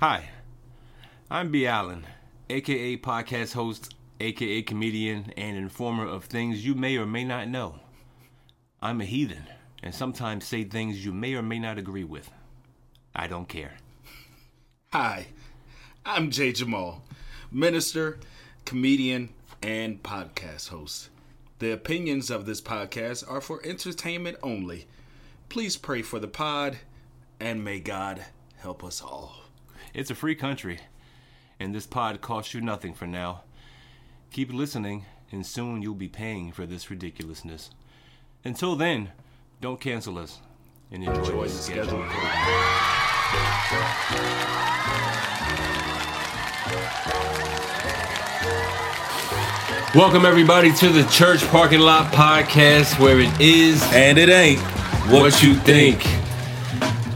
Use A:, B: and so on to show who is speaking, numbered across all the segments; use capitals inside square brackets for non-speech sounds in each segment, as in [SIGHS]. A: Hi, I'm B. Allen, aka podcast host, aka comedian, and informer of things you may or may not know. I'm a heathen and sometimes say things you may or may not agree with. I don't care.
B: Hi, I'm Jay Jamal, minister, comedian, and podcast host. The opinions of this podcast are for entertainment only. Please pray for the pod, and may God help us all.
A: It's a free country, and this pod costs you nothing for now. Keep listening, and soon you'll be paying for this ridiculousness. Until then, don't cancel us and enjoy,
B: Enjoy
A: the
B: the
A: schedule.
B: schedule.
A: Welcome, everybody, to the Church Parking Lot Podcast, where it is
B: And it ain't
A: what, you think.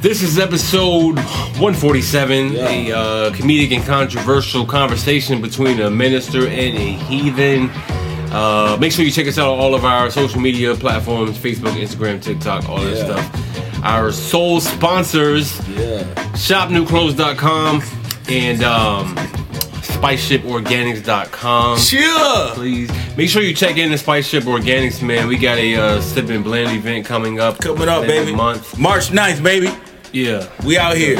A: This is episode 147, a uh, comedic and controversial conversation between a minister and a heathen. Uh, make sure you check us out on all of our social media platforms Facebook, Instagram, TikTok, all that
B: Yeah.
A: stuff. Our sole sponsors,
B: Yeah.
A: shopnewclothes.com and um, spiceshiporganics.com
B: Sure.
A: please. Make sure you check in the Spice Ship Organics, man. We got a uh, sip and blend event coming up.
C: Coming
A: end
C: up,
A: of
C: baby.
A: the Month.
C: March 9th, baby.
A: Yeah,
C: We out here.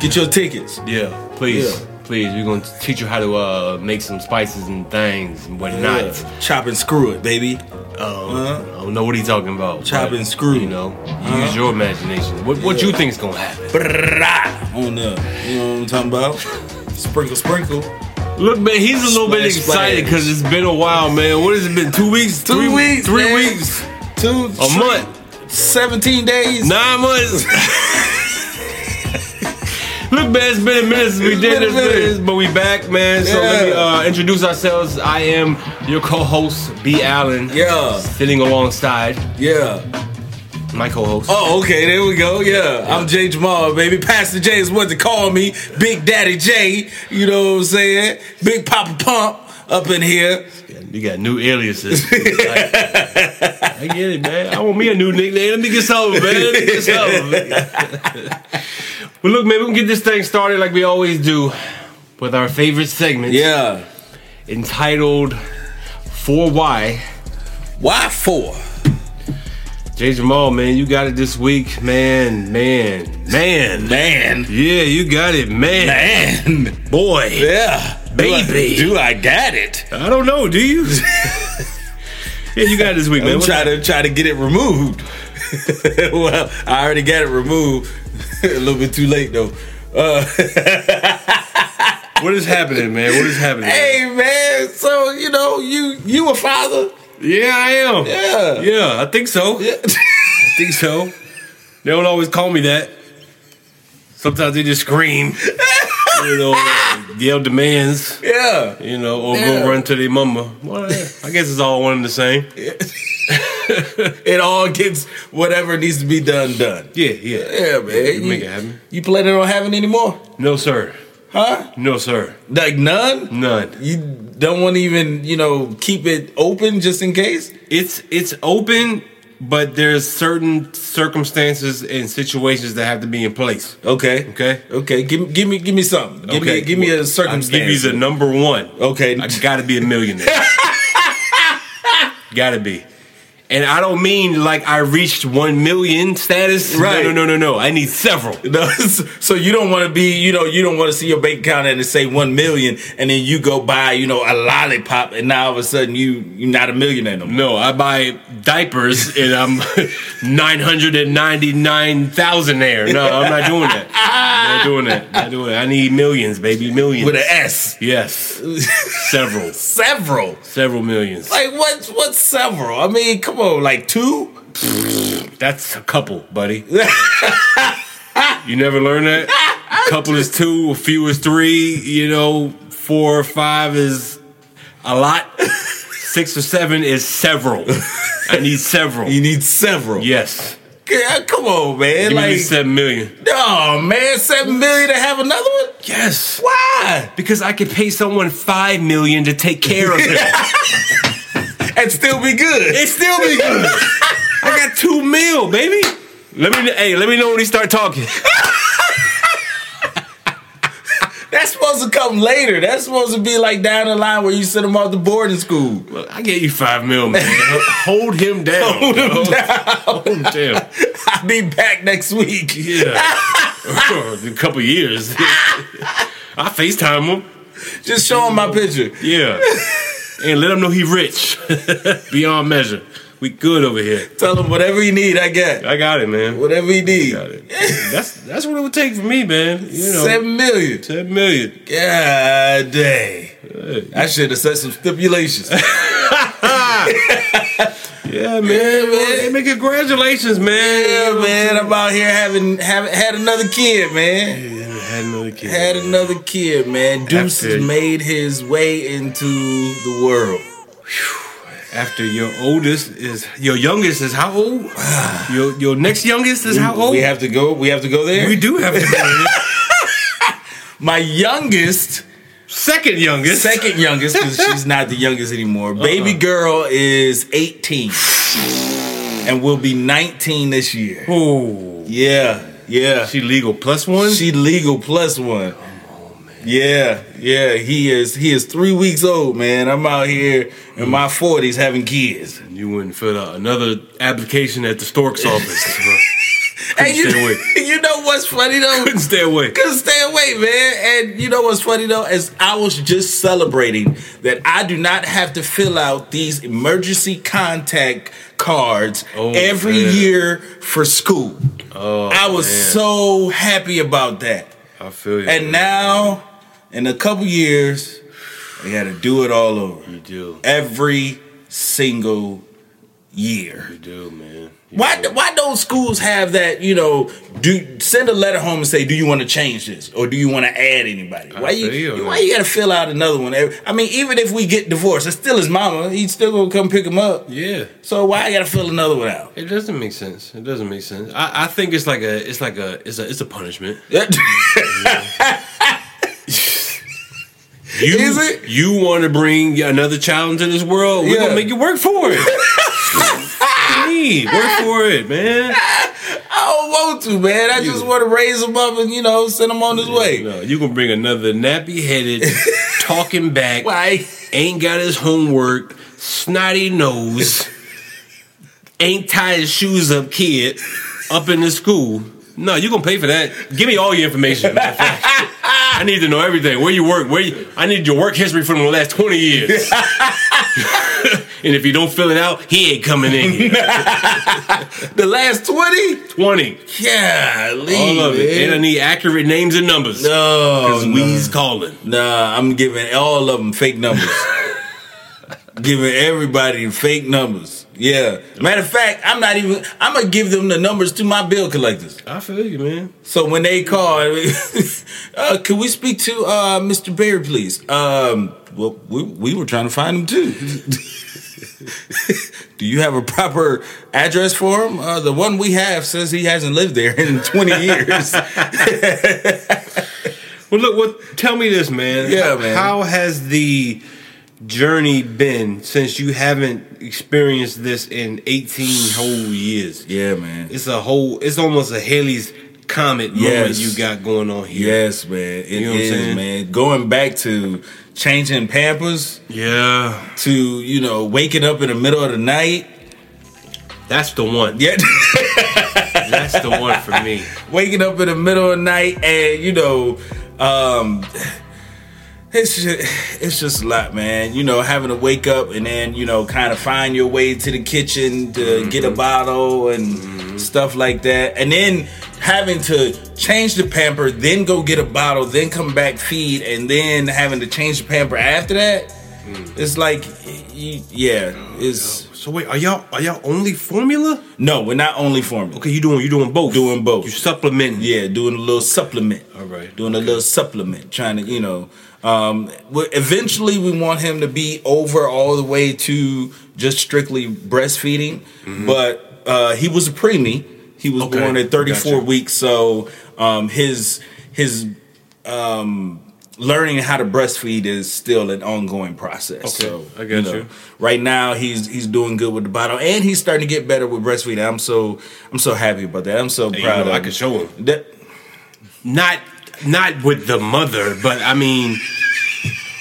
C: Get your tickets.
A: yeah. Please,
C: Yeah.
A: please. We're gonna teach you how to uh, make some spices and things and whatnot.
C: Yeah. Chop and screw it, baby.
A: Um,
C: Uh-huh.
A: I don't know what he's talking about.
C: Chop
A: but,
C: and screw.
A: You know, use your imagination. What what you think's gonna happen?
C: Brrrah. On the, you know what I'm talking about? sprinkle, sprinkle.
A: Look, man, he's a little bit
C: Splash,
A: excited
C: splash.
A: because it's been a while, man. What has it been? Two weeks?
C: Two
A: three,
C: weeks.
A: Three
C: man.
A: weeks?
C: Two.
A: A
C: three-
A: month?
C: 17 days.
A: Nine
C: [LAUGHS]
A: months. Look, man, it's been a minute since we
C: It's
A: did
C: been a
A: this, but we back, man. So let me
C: Yeah.
A: uh, introduce ourselves. I am your co-host, B. Allen.
C: Yeah.
A: Sitting alongside
C: Yeah.
A: my co-host.
C: Oh, okay. There we go. Yeah. I'm Jay Jamal, baby. Pastor Jay is what to call me. Big Daddy Jay. You know what I'm saying? Big Papa Pump up in here.
A: You got new
C: [LAUGHS]
A: aliases. Like, I get it, man. I want me a new nickname. Let me get something, man. Let me get something.
C: [LAUGHS]
A: but look, man, we can get this thing started like we always do with our favorite segment
C: Yeah.
A: entitled 4Y.
C: Why four?
A: Jay Jamal, man, you got it this week, man, man, man.
C: Man.
A: Yeah, you got it, man.
C: Man.
A: Boy,
C: Yeah.
A: Baby.
C: Do I, do I got it?
A: I don't know, do
C: [LAUGHS]
A: you? yeah, you got it this week, man.
C: I'm
A: What-
C: trying to try to get it removed. [LAUGHS] well, I already got it removed. [LAUGHS] a little bit too late though. Uh, [LAUGHS]
A: what is happening, man? What is happening?
C: hey man, so you know you you a father?
A: Yeah, I am.
C: Yeah.
A: Yeah, I think so.
C: Yeah.
A: I think so. They don't always call me that. Sometimes they just scream, you know, yell demands,
C: [LAUGHS] yeah.
A: you know, or
C: Yeah.
A: go run to their mama. Well, I guess it's all one and the same.
C: It all gets whatever needs to be done done.
A: Yeah, yeah.
C: Yeah, man.
A: You make it happen.
C: You planning on having any more?
A: No, sir.
C: Huh?
A: No, sir.
C: Like none?
A: None.
C: You don't want to even, you know, keep it open just in case?
A: It's it's open, but there's certain circumstances and situations that have to be in place.
C: Okay.
A: Okay.
C: Okay. Give, give me give me something. Give
A: okay.
C: me give me
A: I'll
C: a circumstance.
A: give you the number one.
C: Okay.
A: I gotta be a millionaire.
C: [LAUGHS]
A: gotta be. And I don't mean like I reached one million status.
C: Right.
A: No, no, no, no, no. I need several.
C: [LAUGHS] No, so you don't want to be, you know, you don't want to see your bank account and it say one million, and then you go buy, you know, a lollipop, and now all of a sudden you you're not a millionaire no more.
A: No, I buy
C: [LAUGHS]
A: diapers and I'm [LAUGHS] 999,000 there. No, I'm not doing that. I'm not doing that. Not doing that. I need millions, baby. Millions.
C: With an S, [LAUGHS]
A: Yes. Several.
C: several.
A: Several millions.
C: Like what's what's several? I mean, come on, like two.
A: That's a couple, buddy. [LAUGHS] you never learn that? couple is two, a few is three, you know, four or five is a lot. Six or seven is several. I need several.
C: You need several.
A: Yes.
C: Yeah, come on, man.
A: Give me
C: Like,
A: seven million.
C: no, man, seven million to have another one.
A: Yes.
C: Why?
A: Because I could pay someone five million to take care of him.
C: And still be
A: [LAUGHS]
C: good.
A: it still be good. I got two mil, baby. Let me hey, let me know when he start talking.
C: That's supposed to come later. That's supposed to be like down the line where you send them off to boarding school. [LAUGHS]
A: Look, I gave you five mil, man. Hold him down. Hold him down. Hold him down.
C: I'll be back next week.
A: Yeah.
C: [LAUGHS]
A: [LAUGHS] In a couple years. I FaceTime him.
C: Just show him my picture.
A: Yeah. and let him know he rich. [LAUGHS] Beyond measure. We good over here.
C: Tell him whatever you need, I got.
A: I got it, man.
C: Whatever you need.
A: Got it. That's that's what it would take for me, man. You know,
C: Seven million.
A: seven million.
C: God dang. I should have set some stipulations.
A: Yeah, man. Hey, man, congratulations,
C: yeah,
A: man.
C: man. I'm out here having, having had another kid, man.
A: Yeah, had another kid.
C: Had another kid, man. Deuce
A: After-
C: has made his way into the world.
A: After your oldest is your youngest is how
C: [SIGHS]
A: old? your your next youngest is how old?
C: We have to go. We have to go there.
A: Oh. We do
C: [LAUGHS]
A: have to.
C: My youngest,
A: second youngest.
C: second youngest, because
A: [LAUGHS]
C: she's not the youngest anymore.
A: Uh-uh.
C: Baby girl is 18, and will be 19 this year.
A: Oh,
C: Yeah, yeah.
A: she legal plus one.
C: She legal plus one. Yeah, yeah, he is. He is three weeks old, man. I'm out here in my forties having kids.
A: you wouldn't fill out another application at the stork's office. [LAUGHS] Couldn't
C: And you,
A: stay away.
C: [LAUGHS] you know what's
A: [LAUGHS]
C: funny though?
A: Couldn't stay away.
C: Couldn't stay away, man. And you know what's funny though? Is I was just celebrating that I do not have to fill out these emergency contact cards
A: Oh,
C: every
A: man.
C: year for school.
A: Oh,
C: I was
A: man.
C: so happy about that.
A: I feel you.
C: And now, in a couple years, they got to do it all over.
A: you do,
C: Every single year.
A: you do, man. You
C: Why,
A: do.
C: why don't schools have that, you know, do send a letter home and say, do you want to change this? Or do you want to add anybody? Why you,
A: feel you.
C: why you got to fill out another one? every- I mean, even if we get divorced, it's still his mama. He's still going to come pick him up.
A: Yeah.
C: So why I got to fill another one out? [LAUGHS]
A: It doesn't make sense. It doesn't make sense. I, I think it's like a it's like a it's a it's a [LAUGHS] punishment. You,
C: Is it?
A: You want to bring another child into this world? We're
C: Yeah.
A: gonna make you work for [LAUGHS] it. What do you mean? work for it, man.
C: I don't want to, man. I just want to raise him up and, you know, send him on his way.
A: No, you gonna bring another nappy [LAUGHS] headed, talking back,
C: Like,
A: ain't got his homework, snotty [LAUGHS] nose, ain't tied his shoes up, kid, up in the school. No, you gonna pay for that. Give me all your [LAUGHS] information. matter of fact. I need to know everything. Where you work? Where you? I need your work history from the last twenty [LAUGHS] years. and if you don't fill it out, he ain't coming in [LAUGHS] here.
C: [LAUGHS] The last 20?
A: Twenty,
C: Yeah,
A: all
C: leave.
A: of it. And I
C: Man. Oh,
A: need accurate names and numbers.
C: No,
A: [LAUGHS] 'Cause
C: no.
A: we's calling.
C: Nah, I'm giving all of them fake numbers. giving everybody fake numbers. Yeah. Matter of fact, I'm not even, I'm going to give them the numbers to my bill collectors.
A: I feel you, man.
C: So when they call, [LAUGHS] I mean, uh, can we speak to uh, Mr. Barry, please? Um, well, we, we were trying to find him too. [LAUGHS] Do you have a proper address for him? Uh, the one we have says he hasn't lived there in 20 years.
A: Well, look. What? Tell me this, man.
C: Yeah,
A: How-
C: man.
A: How has the journey been since you haven't experienced this in 18 whole years?
C: yeah, man.
A: It's a whole. It's almost a Haley's comet moment
C: Yes.
A: you got going on here.
C: Yes, man. It is,
A: You know what I'm saying?
C: man. Going back to changing pampers
A: Yeah.
C: to, you know, waking up in the middle of the night.
A: That's the one.
C: Yeah. [LAUGHS]
A: That's the one for me.
C: waking up in the middle of the night and you know um it's just, it's just a lot man you know having to wake up and then you know kind of find your way to the kitchen to get a bottle and stuff like that and then having to change the pamper then go get a bottle then come back feed and then having to change the pamper after that it's like y- y- yeah it's
A: [LAUGHS] So wait, are y'all are y'all only formula?
C: no we're not only formula
A: Okay, you doing you doing both?
C: Doing both.
A: You supplementing?
C: Yeah, doing a little supplement.
A: All right.
C: Doing a little supplement, trying to, you know, um, we- eventually we want him to be over all the way to just strictly breastfeeding, but uh, he was a preemie. He was
A: Mm-hmm. Okay,
C: born at 34
A: gotcha.
C: weeks, so um, his his um, learning how to breastfeed is still an ongoing process.
A: Okay,
C: So
A: I got you.
C: Right now he's he's doing good with the bottle, and he's starting to get better with breastfeeding. I'm so I'm so happy about that. I'm so
A: Hey, you
C: proud.
A: know,
C: of
A: I
C: him.
A: can show him.
C: That-
A: Not not with the mother, but I mean,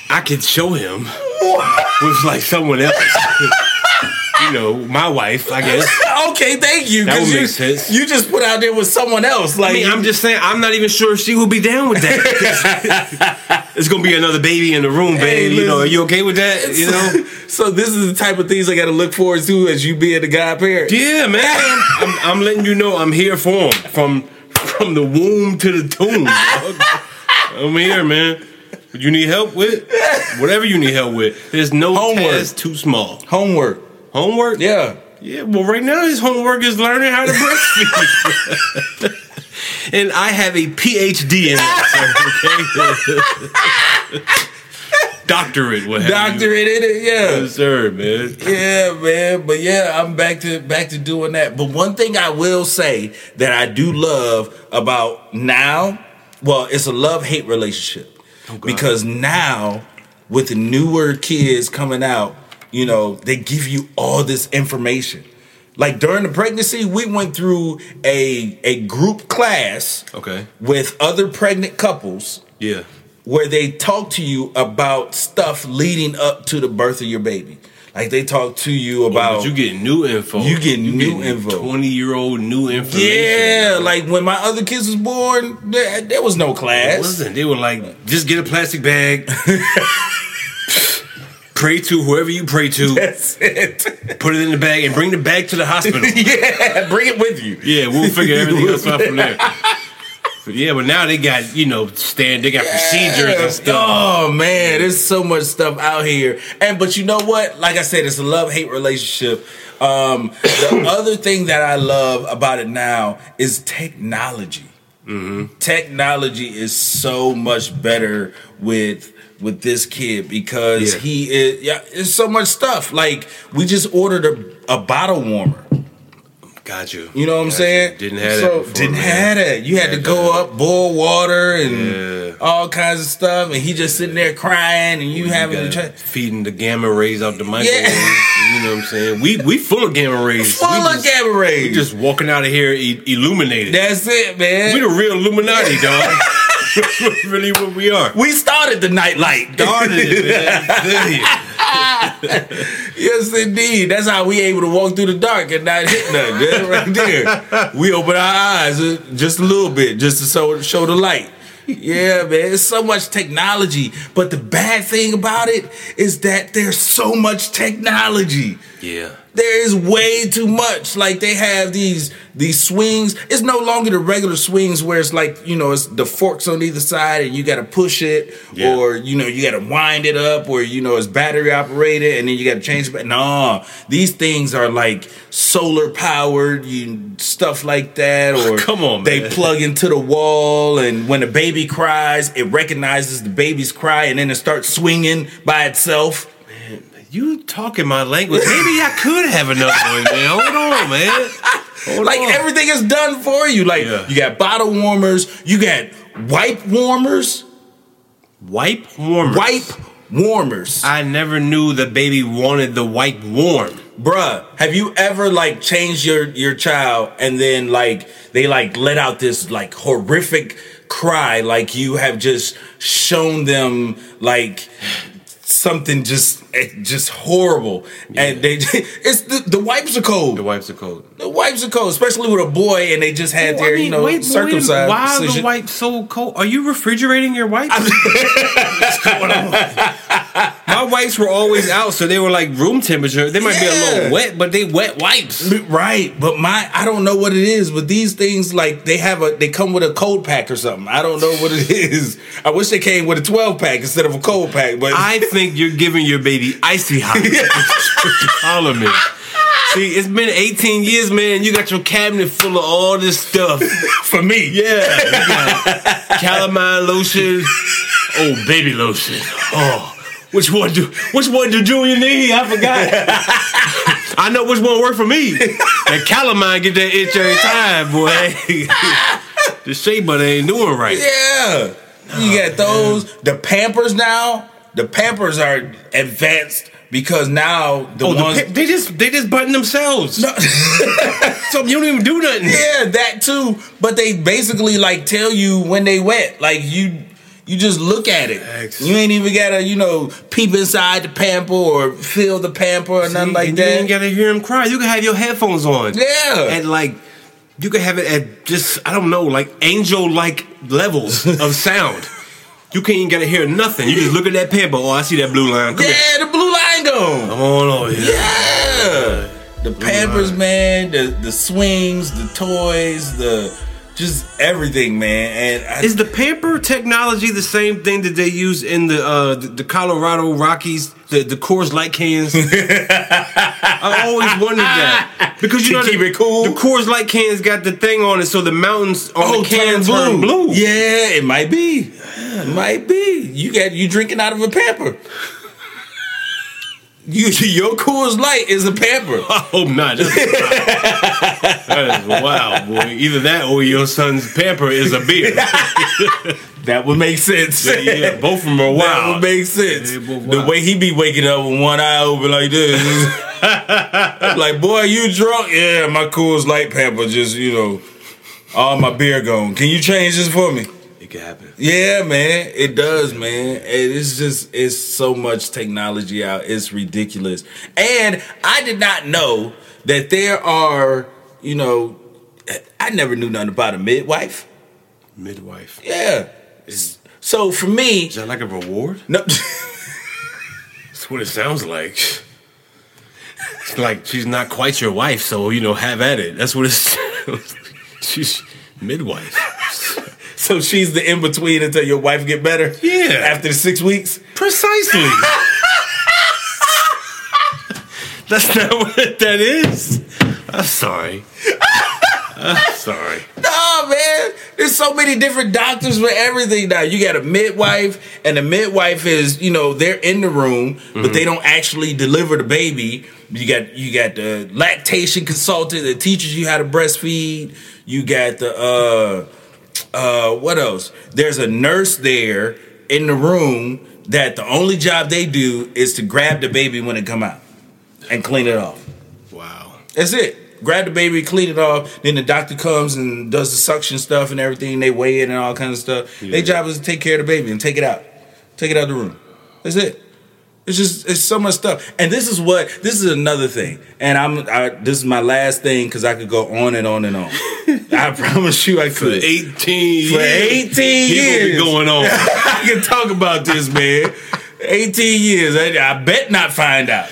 A: I could show him with like someone else. [LAUGHS] you know, my wife, I guess.
C: [LAUGHS] okay, thank you.
A: That
C: 'cause
A: would
C: you,
A: make sense.
C: you just put out there with someone else. Like
A: I mean, I'm just saying, I'm not even sure if she would be down with that. [LAUGHS] it's gonna be another baby in the room, babe.
C: Hey,
A: you know,
C: listen.
A: are you okay with that? You know.
C: [LAUGHS] so this is the type of things I got to look forward to as you being the godparent.
A: Yeah, man. I'm, I'm letting you know I'm here for him from from the womb to the tomb. dog. I'm here, man. What you need help with? Whatever you need help with. There's no
C: Homework.
A: task too small.
C: Homework.
A: Homework?
C: Yeah.
A: Yeah, well, right now his homework is learning how to breastfeed. [LAUGHS] and I have a PhD in that, sir, okay? [LAUGHS] Doctorate, what have you.
C: Doctorate in it. Yeah.
A: Yes, sir, man.
C: Yeah, man. But yeah, I'm back to back to doing that. But one thing I will say that I do love about now, well, it's a love hate relationship because now with the newer kids coming out, you know, they give you all this information. Like during the pregnancy, we went through a a group class
A: Okay.
C: with other pregnant couples
A: Yeah.
C: where they talk to you about stuff leading up to the birth of your baby. Like they talk to you about
A: Oh, But you get new info.
C: Oh. You getting new info.
A: Twenty year old new information.
C: yeah, like when my other kids was born, there, there was no class.
A: Listen, they were like, just get a plastic bag. pray to whoever you pray
C: [LAUGHS]
A: to.
C: [LAUGHS] That's it. [LAUGHS]
A: Put it in the bag and bring the bag to the hospital.
C: yeah, bring it with you.
A: yeah, we'll figure everything else out from
C: [LAUGHS]
A: there. But yeah, but now they got you know stand. They got procedures and stuff.
C: Oh man, there's so much stuff out here. And but you know what? Like I said, it's a love hate relationship. Um,
A: [COUGHS]
C: the other thing that I love about it now is technology.
A: Mm-hmm.
C: Technology is so much better with with this kid because
A: Yeah.
C: he is. Yeah, it's so much stuff. Like we just ordered a, a bottle warmer.
A: Got you.
C: Oh. You know what I'm
A: Got
C: saying?
A: Didn't have
C: So-
A: that. Before,
C: didn't
A: man.
C: have that. You had to go up, boil water, and
A: Yeah.
C: all kinds of stuff, and he just sitting there crying, and you having to
A: You
C: try.
A: got feeding the gamma rays out the microwave. You know what I'm saying? We we full of gamma rays.
C: Full
A: we
C: of
A: just-
C: gamma
A: We
C: rays.
A: just walking out of here e- illuminated.
C: That's it,
A: we
C: man.
A: the real Illuminati, dog. That's [LAUGHS] really what we are.
C: We started the night light.
A: Darn [LAUGHS] it,
C: [LAUGHS]
A: man. Tell you.
C: yes, indeed. That's how we able to walk through the dark and not hit nothing. man, right there. We open our eyes uh, just a little bit, just to show, show the light. Yeah, man. It's so much technology. But the bad thing about it is that there's so much technology.
A: Yeah.
C: There is way too much. Like they have these these swings. It's no longer the regular swings where it's like you know it's the forks on either side and you got to push it
A: Yeah.
C: or you know you got to wind it up or you know it's battery operated and then you got to change it. But no, these things are like solar powered. You stuff like
A: [LAUGHS]
C: that or
A: Come on,
C: they
A: man.
C: plug into the wall and when the baby cries, it recognizes the baby's cry and then it starts swinging by itself.
A: You talking my language. Maybe I could have another one, man. Hold on, man. Hold
C: Like
A: on.
C: everything is done for you. Like
A: Yeah.
C: you got bottle warmers, you got wipe warmers,
A: wipe warm.
C: wipe warmers.
A: I never knew the baby wanted the wipe warm.
C: Bruh, have you ever like changed your your child and then like they like let out this like horrific cry like you have just shown them like something just eh, just horrible and they [LAUGHS] it's the, the wipes are cold.
A: The wipes are cold.
C: The wipes are cold, especially with a boy and they just had
A: Well,
C: their you know
A: wait,
C: circumcised.
A: wait, why are the
C: incision.
A: wipes so cold? Are you refrigerating your wipes? [LAUGHS] What's going on? My wipes were always out, so they were like room temperature. They might be a
C: Yeah.
A: little wet, but they wet wipes.
C: But- Right, but my I don't know what it is, but these things like they have a they come with a cold pack or something. I don't know what it [LAUGHS] is. I wish they came with a twelve pack instead of a cold pack, but
A: I think you're giving your baby icy [LAUGHS] hot. Problem is. See, it's been 18 years, man. You got your cabinet full of all this stuff.
C: [LAUGHS] for me,
A: Yeah. You got [LAUGHS] calamine lotion. Oh, baby lotion. Oh. Which one do which one do Junior need? I forgot. [LAUGHS] I know which one worked for me. That calamine get that itch every time, boy. [LAUGHS] the shea butter ain't doing right.
C: yeah. You got those. The Pampers now. The Pampers are advanced because now the
A: Oh, the
C: ones
A: pi- they just they just button themselves.
C: [LAUGHS] No.
A: [LAUGHS] so you don't even do nothing.
C: yeah, that too. But they basically like tell you when they wet. Like you you just look at it.
A: Facts.
C: You ain't even gotta, you know, peep inside the pamper or feel the pamper or nothing like
A: And You
C: that.
A: ain't gotta hear him cry. You can have your headphones on.
C: Yeah.
A: And like you can have it at just I don't know, like angel like levels
C: [LAUGHS]
A: of sound. You can't even gotta hear nothing. You just look at that pamper. Oh, I see that blue line. Come here.
C: yeah, the blue line gone.
A: Come on over here.
C: Yeah. The Pampers, man, the the swings, the toys, the just everything, man. And I,
A: Is the pamper technology the same thing that they use in the uh, the, the Colorado Rockies, the the Coors Light
C: [LAUGHS]
A: cans? I always wondered that because you
C: To
A: know
C: keep
A: the,
C: it cool?
A: the Coors Light cans got the thing on it, so the mountains on the can
C: turn
A: turn blue.
C: Oh, Yeah, it might be. It might be. You got you drinking out of a pamper. You, [LAUGHS] your Coors Light is
A: [LAUGHS]
C: a pamper.
A: I hope not. That's wild. that is wild, boy. Either that or your son's pamper is a [LAUGHS] beer.
C: That would make sense.
A: yeah, both of them are
C: That
A: wild.
C: would make sense.
A: Yeah, but
C: the
A: wow.
C: way he be waking up with one eye open
A: [LAUGHS]
C: like this. like, boy, you drunk? Yeah, my Coors Light pamper just, you know, all my beer gone. Can you change this for me?
A: It could happen.
C: Yeah, man, it does, man. It is just it's so much technology out. It's ridiculous. And I did not know that there are, you know, I never knew nothing about a midwife.
A: Midwife.
C: Yeah. S- So for me,
A: Is that like a reward?
C: no, [LAUGHS]
A: That's what it sounds like. It's like she's not quite your wife, so you know, have at it. [LAUGHS] That's what it's. she's midwife.
C: so she's the in between until your wife get better.
A: Yeah.
C: After the six weeks.
A: Precisely. That's not what that is. I'm sorry. I'm sorry.
C: Nah, man. There's so many different doctors for everything now. You got a midwife, and the midwife is, you know, they're in the room, but they don't actually deliver the baby. You got you got the lactation consultant that teaches you how to breastfeed. You got the uh uh what else? There's a nurse there in the room that the only job they do is to grab the baby when it come out and clean it off.
A: Wow.
C: That's it. Grab the baby, clean it off. Then the doctor comes and does the suction stuff and everything. They weigh it and all kinds of stuff. Their job is to take care of the baby and take it out, take it out of the room. That's it. It's just it's so much stuff. And this is what this is another thing. And I'm I, this is my last thing because I could go on and on
A: [LAUGHS]
C: and on. I promise you, I could.
A: 18
C: For
A: years. He
C: 18
A: gonna be
C: years.
A: going on.
C: [LAUGHS] I can talk about this, man. 18 years. I, I bet not find out.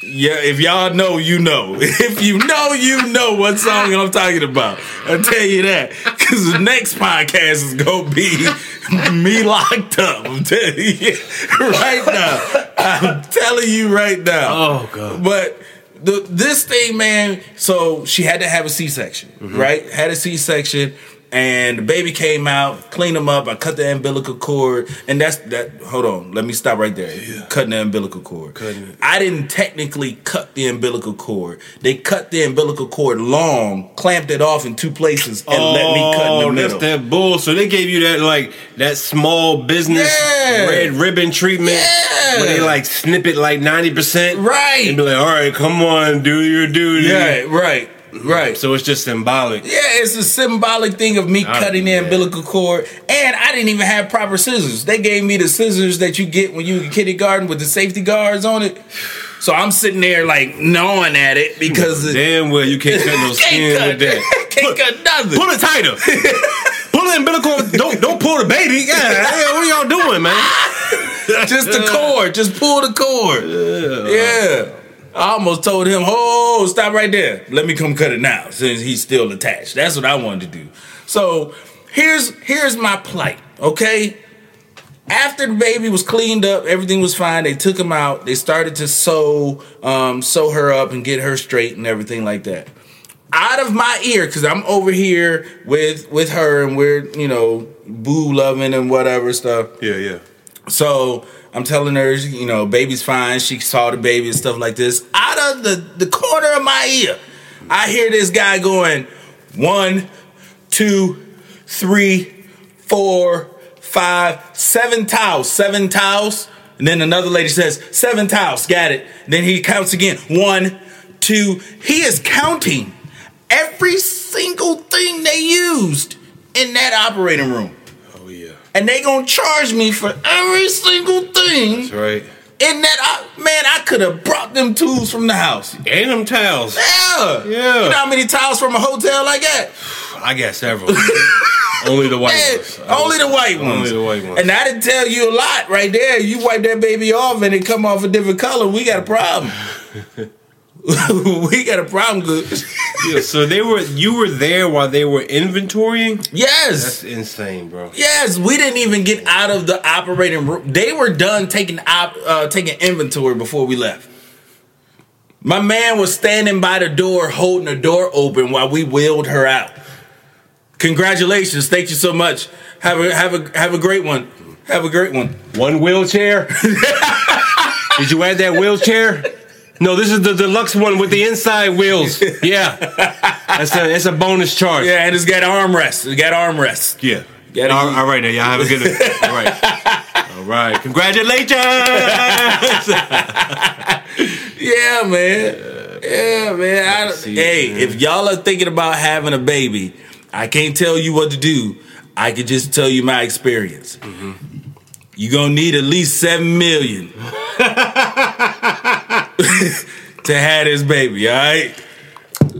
C: Yeah, if y'all know, you know. [LAUGHS] If you know, you know what song I'm talking about. I tell you that. Cause the next podcast is gonna be [LAUGHS] me locked up. I'm telling you [LAUGHS] right now. I'm telling you right now.
A: Oh, God.
C: But the this thing, man. So she had to have a C-section,
A: Mm-hmm.
C: right? Had a C-section, and the baby came out. Cleaned him up. I cut the umbilical cord, and that's that. Hold on, let me stop right there. Cutting the umbilical cord.
A: Cutting it.
C: I didn't technically cut the umbilical cord. They cut the umbilical cord long, clamped it off in two places, and let me cut in the
A: Oh,
C: middle.
A: That's that bull. So they gave you that like that small business
C: Yeah.
A: red ribbon treatment.
C: Yeah.
A: Where they like snip it like ninety percent.
C: Right.
A: And be like, all right, come on, do your duty.
C: yeah, right, right.
A: So it's just symbolic.
C: Yeah, it's a symbolic thing of me
A: I-
C: cutting the
A: yeah.
C: umbilical cord, and I didn't even have proper scissors. They gave me the scissors that you get when you in kindergarten with the safety guards on it. So I'm sitting there like gnawing at it because it,
A: Damn well you can't cut no skin
C: [LAUGHS] can't,
A: with
C: cut,
A: that.
C: [LAUGHS] can't cut nothing.
A: Pull it
C: [LAUGHS]
A: tighter. pull the umbilical. Don't don't pull the baby. Yeah, yeah, what are y'all doing,
C: [LAUGHS]
A: man?
C: Just the cord. Just pull the cord. Yeah. I almost told him, oh, stop right there. Let me come cut it now, since he's still attached. That's what I wanted to do. So here's here's my plight, okay? After the baby was cleaned up, everything was fine. They took him out. They started to sew, um, sew her up and get her straight and everything like that. Out of my ear, because I'm over here with with her and we're, you know, boo loving and whatever stuff.
A: Yeah, yeah.
C: So I'm telling her, you know, baby's fine. She saw the baby and stuff like this. Out of the, the corner of my ear, I hear this guy going, one, two, three, four, five, seven towels, seven towels. And then another lady says, seven towels, got it. Then he counts again. One, two. He is counting every single thing they used in that operating room.
B: Oh yeah.
C: And they gonna charge me for every single thing
B: Right.
C: in that op- man, I could have brought them tools from the house.
A: And them towels. Yeah.
C: Yeah. You know how many towels from a hotel I got?
A: I got
C: [LAUGHS]
A: several. Only the white
C: Yeah,
A: ones. I-
C: only the white ones.
A: Only the white ones.
C: And I didn't tell you a lot right there. You wipe that baby off and it come off a different color. We got a problem. [LAUGHS] we got a problem, good.
A: Yeah, so they were you were there while they were inventorying?
C: yes.
A: That's insane, bro.
C: Yes, we didn't even get out of the operating room. They were done taking op, uh, taking inventory before we left. My man was standing by the door, holding the door open while we wheeled her out. Congratulations! Thank you so much. Have a have a have a great one. Have a great one.
A: One
C: [LAUGHS]
A: wheelchair. Did you add that wheelchair? No, this is the deluxe one with the inside
C: [LAUGHS]
A: wheels. Yeah, that's a that's a bonus charge.
C: Yeah, and it's got armrests. It got armrests.
A: yeah.
C: Gotta
A: All-
C: eat.
A: all right, now y'all have a good. All right,
C: [LAUGHS]
A: all right. Congratulations.
C: Yeah, man. Yeah, man. I,
A: see,
C: hey,
A: man.
C: if y'all are thinking about having a baby, I can't tell you what to do. I can just tell you my experience.
A: Mm-hmm.
C: You're gonna need at least
A: [LAUGHS]
C: seven million [LAUGHS] to have this baby. All right,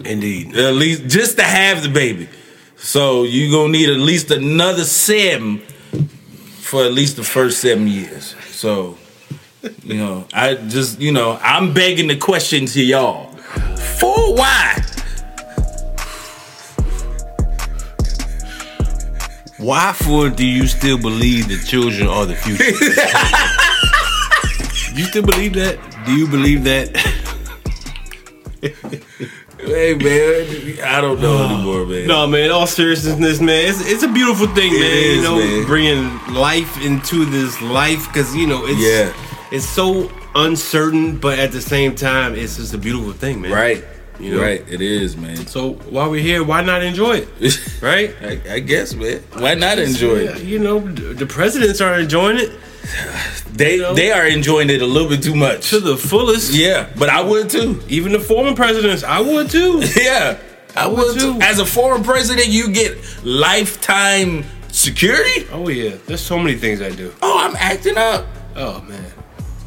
A: Indeed.
C: at least just to have the baby. So you gonna need at least another seven for at least the first seven years. So you know, I just you know, I'm begging the question to y'all. For why?
A: Why for do you still believe that children are the [LAUGHS] future? you still believe that? Do you believe [LAUGHS] that?
C: Hey man, I don't [SIGHS] know anymore, man.
A: No, man. in All seriousness, man. It's, it's a beautiful thing, man. you
C: is,
A: know,
C: man.
A: bringing life into this life because you know it's
C: Yeah.
A: it's so uncertain, but at the same time, it's just a beautiful thing, man.
C: Right.
A: You know?
C: Right, it is, man. [LAUGHS]
A: So while we're here, why not enjoy it? Right.
C: I, I guess, man. Why not enjoy
A: Yeah,
C: it?
A: you know, th- the presidents are enjoying it
C: They
A: You know?
C: they are enjoying it a little bit too much.
A: to the fullest.
C: Yeah, but I would too. [LAUGHS]
A: Even the former presidents, I would too.
C: Yeah, I would too.
A: too.
C: As a foreign president, you get lifetime security.
A: oh yeah, there's so many things I do.
C: Oh, I'm acting up. [LAUGHS]
A: Oh man,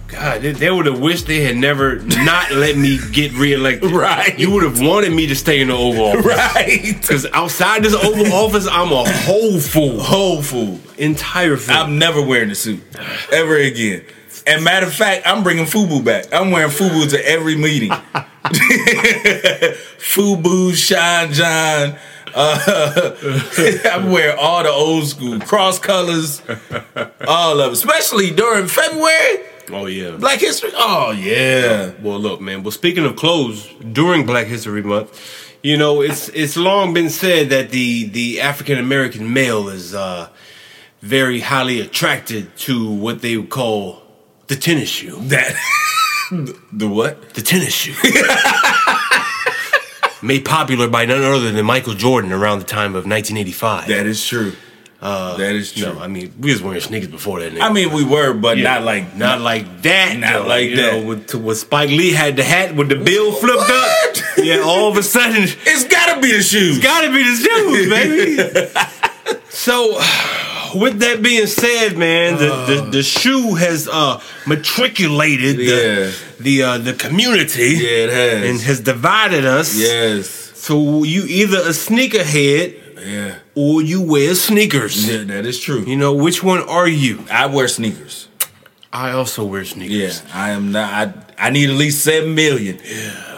A: God, they, they would have wished they had never not let me get reelected.
C: [LAUGHS] Right.
A: You would have wanted me to stay in the
C: [LAUGHS]
A: Oval Office.
C: Right.
A: Because outside this Oval Office, I'm a whole fool.
C: Whole fool.
A: Entire fool.
C: I'm never wearing a suit ever again. And matter of fact, I'm bringing Fubu back. I'm wearing Fubu to every meeting. [LAUGHS] Fubu, Shine John. Uh, [LAUGHS] I'm wearing all the old school cross colors, all of it. Especially during February,
A: oh, yeah.
C: Black History. Oh yeah.
A: Well, look, man. Well, speaking of clothes, during Black History Month, you know, it's it's long been said that the the African American male is uh, very highly attracted to what they would call the tennis shoe.
C: That [LAUGHS] the what?
A: The tennis shoe. [LAUGHS] Made popular by none other than Michael Jordan around the time of 1985.
C: That is true. that is true.
A: no, I mean, we was wearing sneakers before that. Nigga.
C: I mean, we were, but not like
A: Not like that.
C: Not
A: though,
C: like
A: you
C: that.
A: Know, with, to- when Spike Lee had the hat with the bill flipped
C: What?
A: up. Yeah, all of a
C: [LAUGHS]
A: sudden,
C: It's gotta be the shoes.
A: gotta be the shoes, baby.
C: [LAUGHS]
A: so, with that being said, man, the, the, the shoe has uh, matriculated
C: Yeah.
A: the the, uh, the community
C: yeah, it has.
A: and has divided us.
C: yes.
A: So you either a sneakerhead
C: Yeah.
A: or you wear sneakers.
C: Yeah, that is true.
A: You know which one are you?
C: I wear sneakers.
A: I also wear
C: Yeah,
A: sneakers.
C: I am not. I I need at least seven million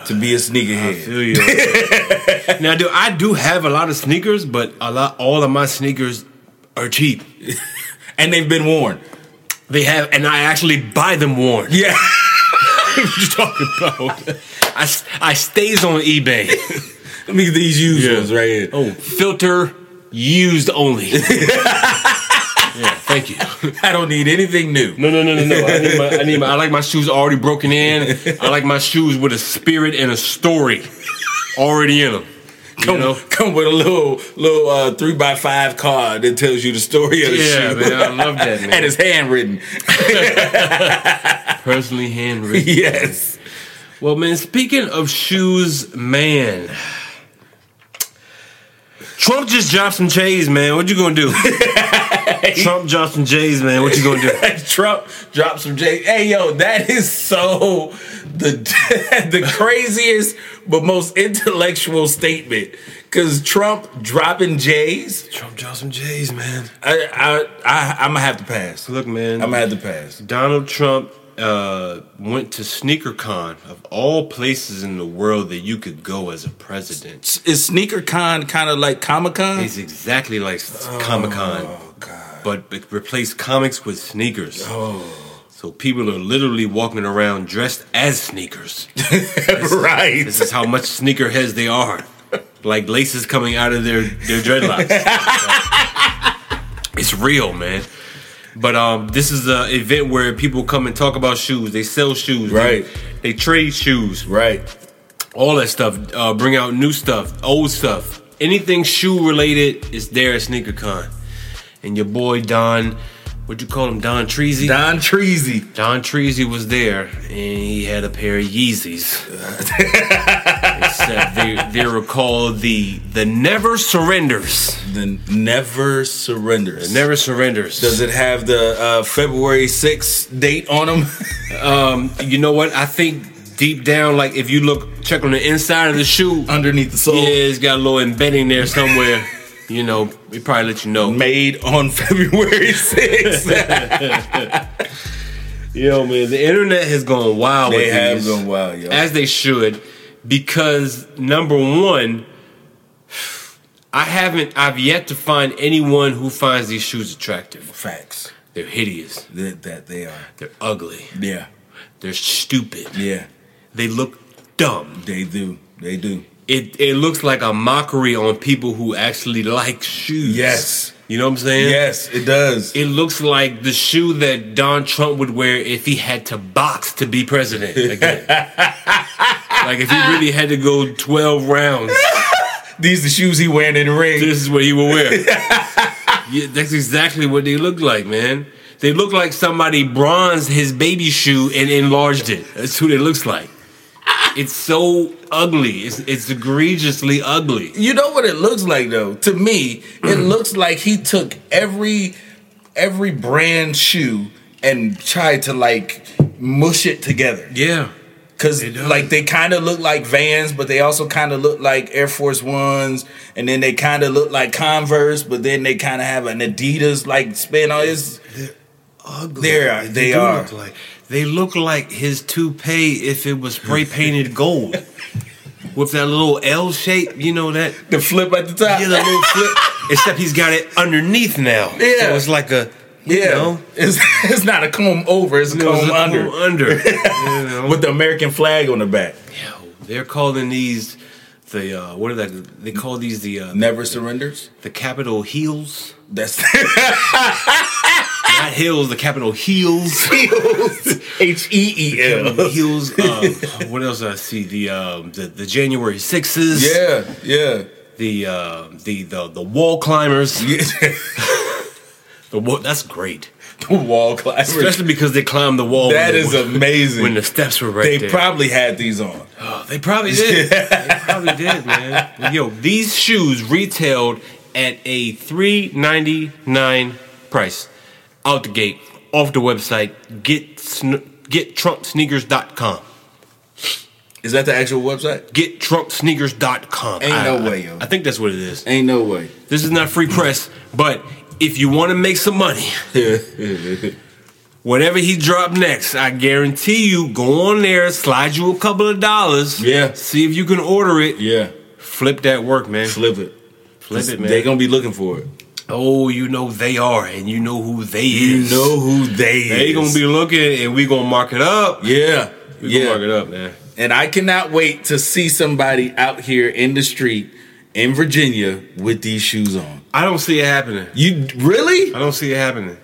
C: to be a sneakerhead.
A: Feel [LAUGHS] you. now, do I do have a lot of sneakers, but a lot all of my sneakers are cheap.
C: And they've been worn.
A: They have, and I actually buy them worn.
C: Yeah,
A: [LAUGHS]
C: [LAUGHS]
A: what you talking about? [LAUGHS] I s- I stays on eBay.
C: let me get these used ones right here.
A: Oh, filter used [LAUGHS] only. yeah, thank you.
C: I don't need anything new.
A: No, no, no, no, no. I need my, I need my, I like my shoes already broken in. I like my shoes with a spirit and a story already in them.
C: come,
A: know?
C: come with a little little uh, three by five card that tells you the story of the
A: Yeah,
C: shoe.
A: man,
C: [LAUGHS]
A: I love that, man.
C: and it's handwritten. [LAUGHS]
A: Personally handwritten.
C: yes.
A: Well, man, speaking of shoes, man. Trump just dropped some J's, man. What you gonna
C: [LAUGHS]
A: do? Trump dropped some J's, man. What you gonna do?
C: Trump dropped some J. Hey yo, that is so the [LAUGHS] the craziest but most intellectual statement. Cause Trump dropping J's,
A: Trump dropped some J's, man.
C: I I, I I'm gonna have to pass. I'm
A: Look, man.
C: gonna have to pass.
A: Donald Trump uh, went to SneakerCon of all places in the world that you could go as a president.
C: Is Sneaker Con kind of like Comic Con?
A: It's exactly like Comic Con,
C: Oh God.
A: but it replaced comics with sneakers. So people are literally walking around dressed as sneakers.
C: right.
A: This is how much sneakerheads they are. Like laces coming out of their, their dreadlocks. it's real, man. But um, this is an event where people come and talk about shoes. They sell shoes. They-
C: Right.
A: They, trade shoes.
C: Right.
A: All that stuff. Uh, bring out new stuff, old stuff. Anything shoe related is there at SneakerCon. And your boy Don, what'd you call him? Don Treasy? Don,
C: Don Treasy.
A: Treasy was there and he had a pair of
C: [LAUGHS]
A: Yeezys. Except they, they're called the the Never Surrenders.
C: The never surrenders.
A: Never Surrenders.
C: Does it have the uh, February 6th date on them?
A: Um, you know what? I think deep down, like if you look, check on the inside of the shoe,
C: [LAUGHS] Underneath the sole.
A: yeah, it's got a little embedding there somewhere. you know, it probably let you know.
C: Made on [LAUGHS] February 6th.
A: Yo, man, the internet has gone wild.
C: they
A: with
C: have
A: these,
C: gone wild, yo.
A: as they should, because number one, I haven't. I've yet to find anyone who finds these shoes attractive.
C: Facts.
A: They're hideous.
C: That, that they are.
A: They're ugly.
C: Yeah.
A: They're stupid.
C: Yeah.
A: They look dumb.
C: They do. They do.
A: it it looks like a mockery on people who actually like shoes.
C: Yes.
A: You know what I'm saying?
C: Yes, it does.
A: It looks like the shoe that Don Trump would wear if he had to box to be president again. like if he really had to go 12 rounds,
C: These the shoes he wearing in the ring.
A: this is what he would
C: [LAUGHS]
A: wear. yeah, that's exactly what they look like, man. They look like somebody bronzed his baby shoe and enlarged it. That's what it looks like. It's so ugly. It's, it's egregiously ugly.
C: You know what it looks like though? To me, [CLEARS THROAT] it looks like he took every every brand shoe and tried to like mush it together.
A: Yeah.
C: Cause
A: does.
C: like they kind of look like Vans, but they also kind of look like Air Force Ones, and then they kind of look like Converse, but then they kind of have an Adidas like spin on it.
A: ugly.
C: They are- uh, they
A: do
C: are.
A: Look like, they look like his toupee if it was
C: [LAUGHS]
A: spray painted gold. With that little L shape, you know that
C: The flip at the top.
A: yeah, the little
C: [LAUGHS]
A: flip. Except he's got it underneath now.
C: Yeah.
A: So it's like a you
C: Yeah.
A: know,
C: it's, it's not a comb over, it's a
A: it was
C: comb
A: a
C: under
A: comb under. you know?
C: [LAUGHS] with the American flag on the back.
A: Yo, they're calling these the uh what are that they call these the uh
C: Never surrenders.
A: the capital heels.
C: [LAUGHS] That's
A: Not hills, the capital
C: [LAUGHS]
A: heels.
C: H E E L.
A: heels um, what else did I see? The um the, the January sixes.
C: Yeah, yeah.
A: the uh, the the the wall climbers.
C: the
A: [LAUGHS] The wall, that's great,
C: wall climbers.
A: especially because they climbed the wall.
C: That
A: when
C: is
A: they,
C: amazing.
A: when the steps were right
C: they
A: there.
C: probably had these on.
A: Oh, they probably did.
C: [LAUGHS]
A: they probably did, man. Yo, these shoes retailed at a three ninety nine price out the gate off the website. Get sn- getTrumpSneakers.com.
C: Is that the actual website?
A: GetTrumpSneakers.com.
C: Ain't
A: I,
C: no
A: I-
C: way, yo.
A: I think that's what it is.
C: Ain't no way.
A: This is not free press, but if you want to make some
C: [LAUGHS]
A: money. Whatever he drop next, I guarantee you, go on there, slide you a couple of dollars.
C: Yeah.
A: See if you can order it.
C: yeah.
A: Flip that work, man. Flip,
C: Flip it.
A: it, man.
C: They gonna be looking for it.
A: oh, you know they are, and you know who they
C: You
A: is.
C: know who they
A: they
C: is.
A: gonna be looking, and we gonna mark it up.
C: Yeah.
A: We gonna
C: Yeah.
A: mark it up, man.
C: And I cannot wait to see somebody out here in the street in Virginia with these shoes on.
A: I don't see it happening.
C: You really?
A: I don't see it happening.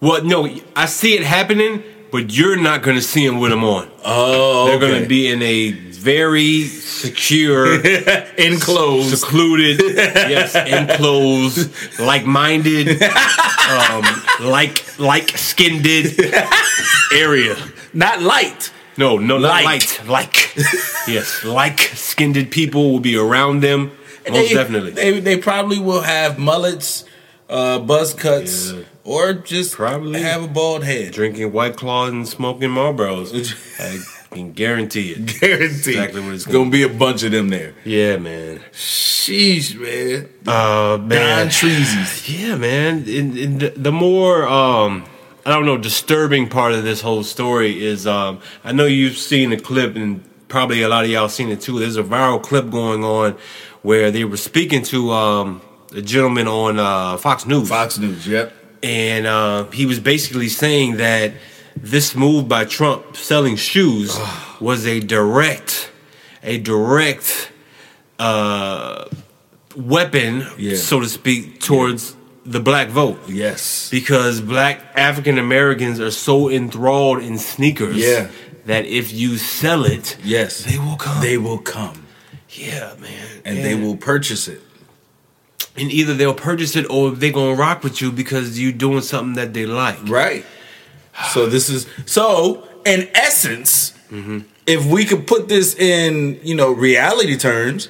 A: Well, no, I see it happening, but you're not going to see them with them on.
C: Oh,
A: They're
C: okay.
A: going to be in a very secure,
C: [LAUGHS] enclosed.
A: secluded, yes, enclosed,
C: [LAUGHS]
A: like-minded, um, like like-skinned area.
C: Not light.
A: No, no, not
C: Like.
A: like, like, [LAUGHS] yes, like-skinned people will be around them most
C: they,
A: definitely.
C: They, they probably will have mullets, uh, buzz cuts,
A: Yeah.
C: or just
A: Probably.
C: have a bald head.
A: Drinking White Claws and smoking Marlboros, I can guarantee it.
C: [LAUGHS] Guaranteed.
A: Exactly what it's
C: It's gonna be a bunch of them there.
A: Yeah, man.
C: Sheesh, man.
A: Uh,
C: Don
A: man.
C: Treezy's.
A: Yeah, man. And, and the- the more um, I don't know, disturbing part of this whole story is um, I know you've seen the clip, and probably a lot of y'all seen it too. There's a viral clip going on where they were speaking to um, a gentleman on uh, Fox News,
C: Fox News. Yep.
A: and uh, he was basically saying that this move by Trump selling shoes was a direct, a direct uh, weapon,
C: Yeah.
A: so to speak, towards the black vote
C: Yes.
A: because black African Americans are so enthralled in sneakers
C: Yeah.
A: that if you sell it,
C: Yes.
A: they will come.
C: They will come
A: yeah, man,
C: and they will purchase it.
A: and either they'll purchase it or they're gonna rock with you because you doing something that they like.
C: Right. So this is so in essence, if we could put this in you know reality terms,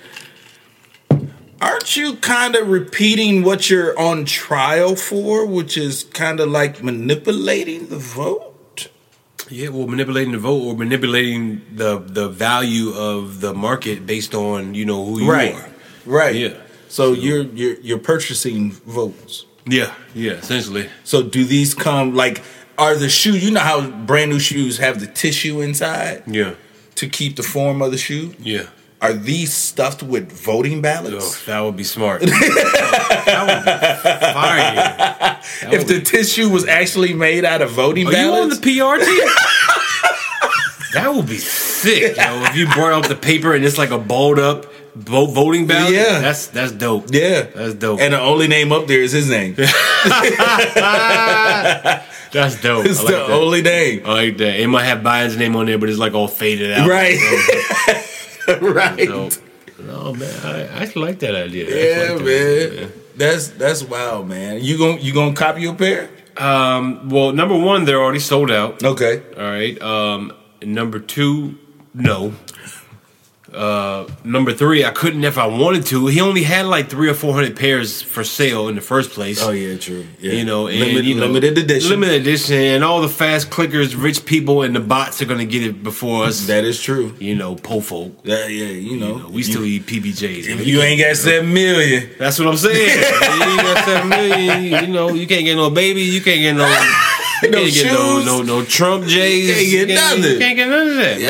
C: aren't you kind of repeating what you're on trial for, which is kind of like manipulating the vote?
A: Yeah, well, manipulating the vote or manipulating the the value of the market based on you know who you are.
C: Right.
A: Yeah.
C: So you're you're you're purchasing votes.
A: Yeah, yeah, essentially.
C: So do these come like are the shoe? You know how brand new shoes have the tissue inside
A: Yeah,
C: to keep the form of the shoe.
A: yeah.
C: Are these stuffed with voting
A: Oh,
C: ballots?
A: [LAUGHS] that would be smart. that would be fire.
C: If the tissue was actually made out of voting
A: Are you on the
C: ballots,
A: PR team? [LAUGHS] that would be sick, yo. If you brought out the paper and it's like a balled up vo- voting ballot,
C: Yeah.
A: that's that's dope.
C: yeah,
A: That's dope.
C: And the only name up there is his name. It's
A: that's dope. I like
C: the
A: that.
C: only name,
A: I like that. It might have Biden's name on there, but it's like all faded out.
C: right? [LAUGHS] right.
A: So, no man, I, I like that idea.
C: Yeah,
A: I like that idea,
C: man. That's that's wild, man. You gon' you gonna copy your pair?
A: Um, well, number one, they're already sold out.
C: Okay.
A: All right. Um, number two, no. Uh, number three, I couldn't if I wanted to. He only had like three or four hundred pairs for sale in the first place.
C: Oh yeah, true. Yeah.
A: You know, and,
C: limited,
A: you know,
C: limited edition.
A: limited edition, and all the fast clickers, rich people, and the bots are gonna get it before us.
C: That is true.
A: you know, po folk.
C: Yeah, yeah. You know,
A: You know, we still eat PBJs.
C: If you ain't got seven million,
A: That's what I'm saying.
C: [LAUGHS]
A: you ain't got seven million, you- you know, you can't get no baby, you can't get
C: [LAUGHS]
A: no, you
C: No
A: can't get no,
C: shoes.
A: no, no Trump J's.
C: You can't get nothing.
A: You can't get none of that. man.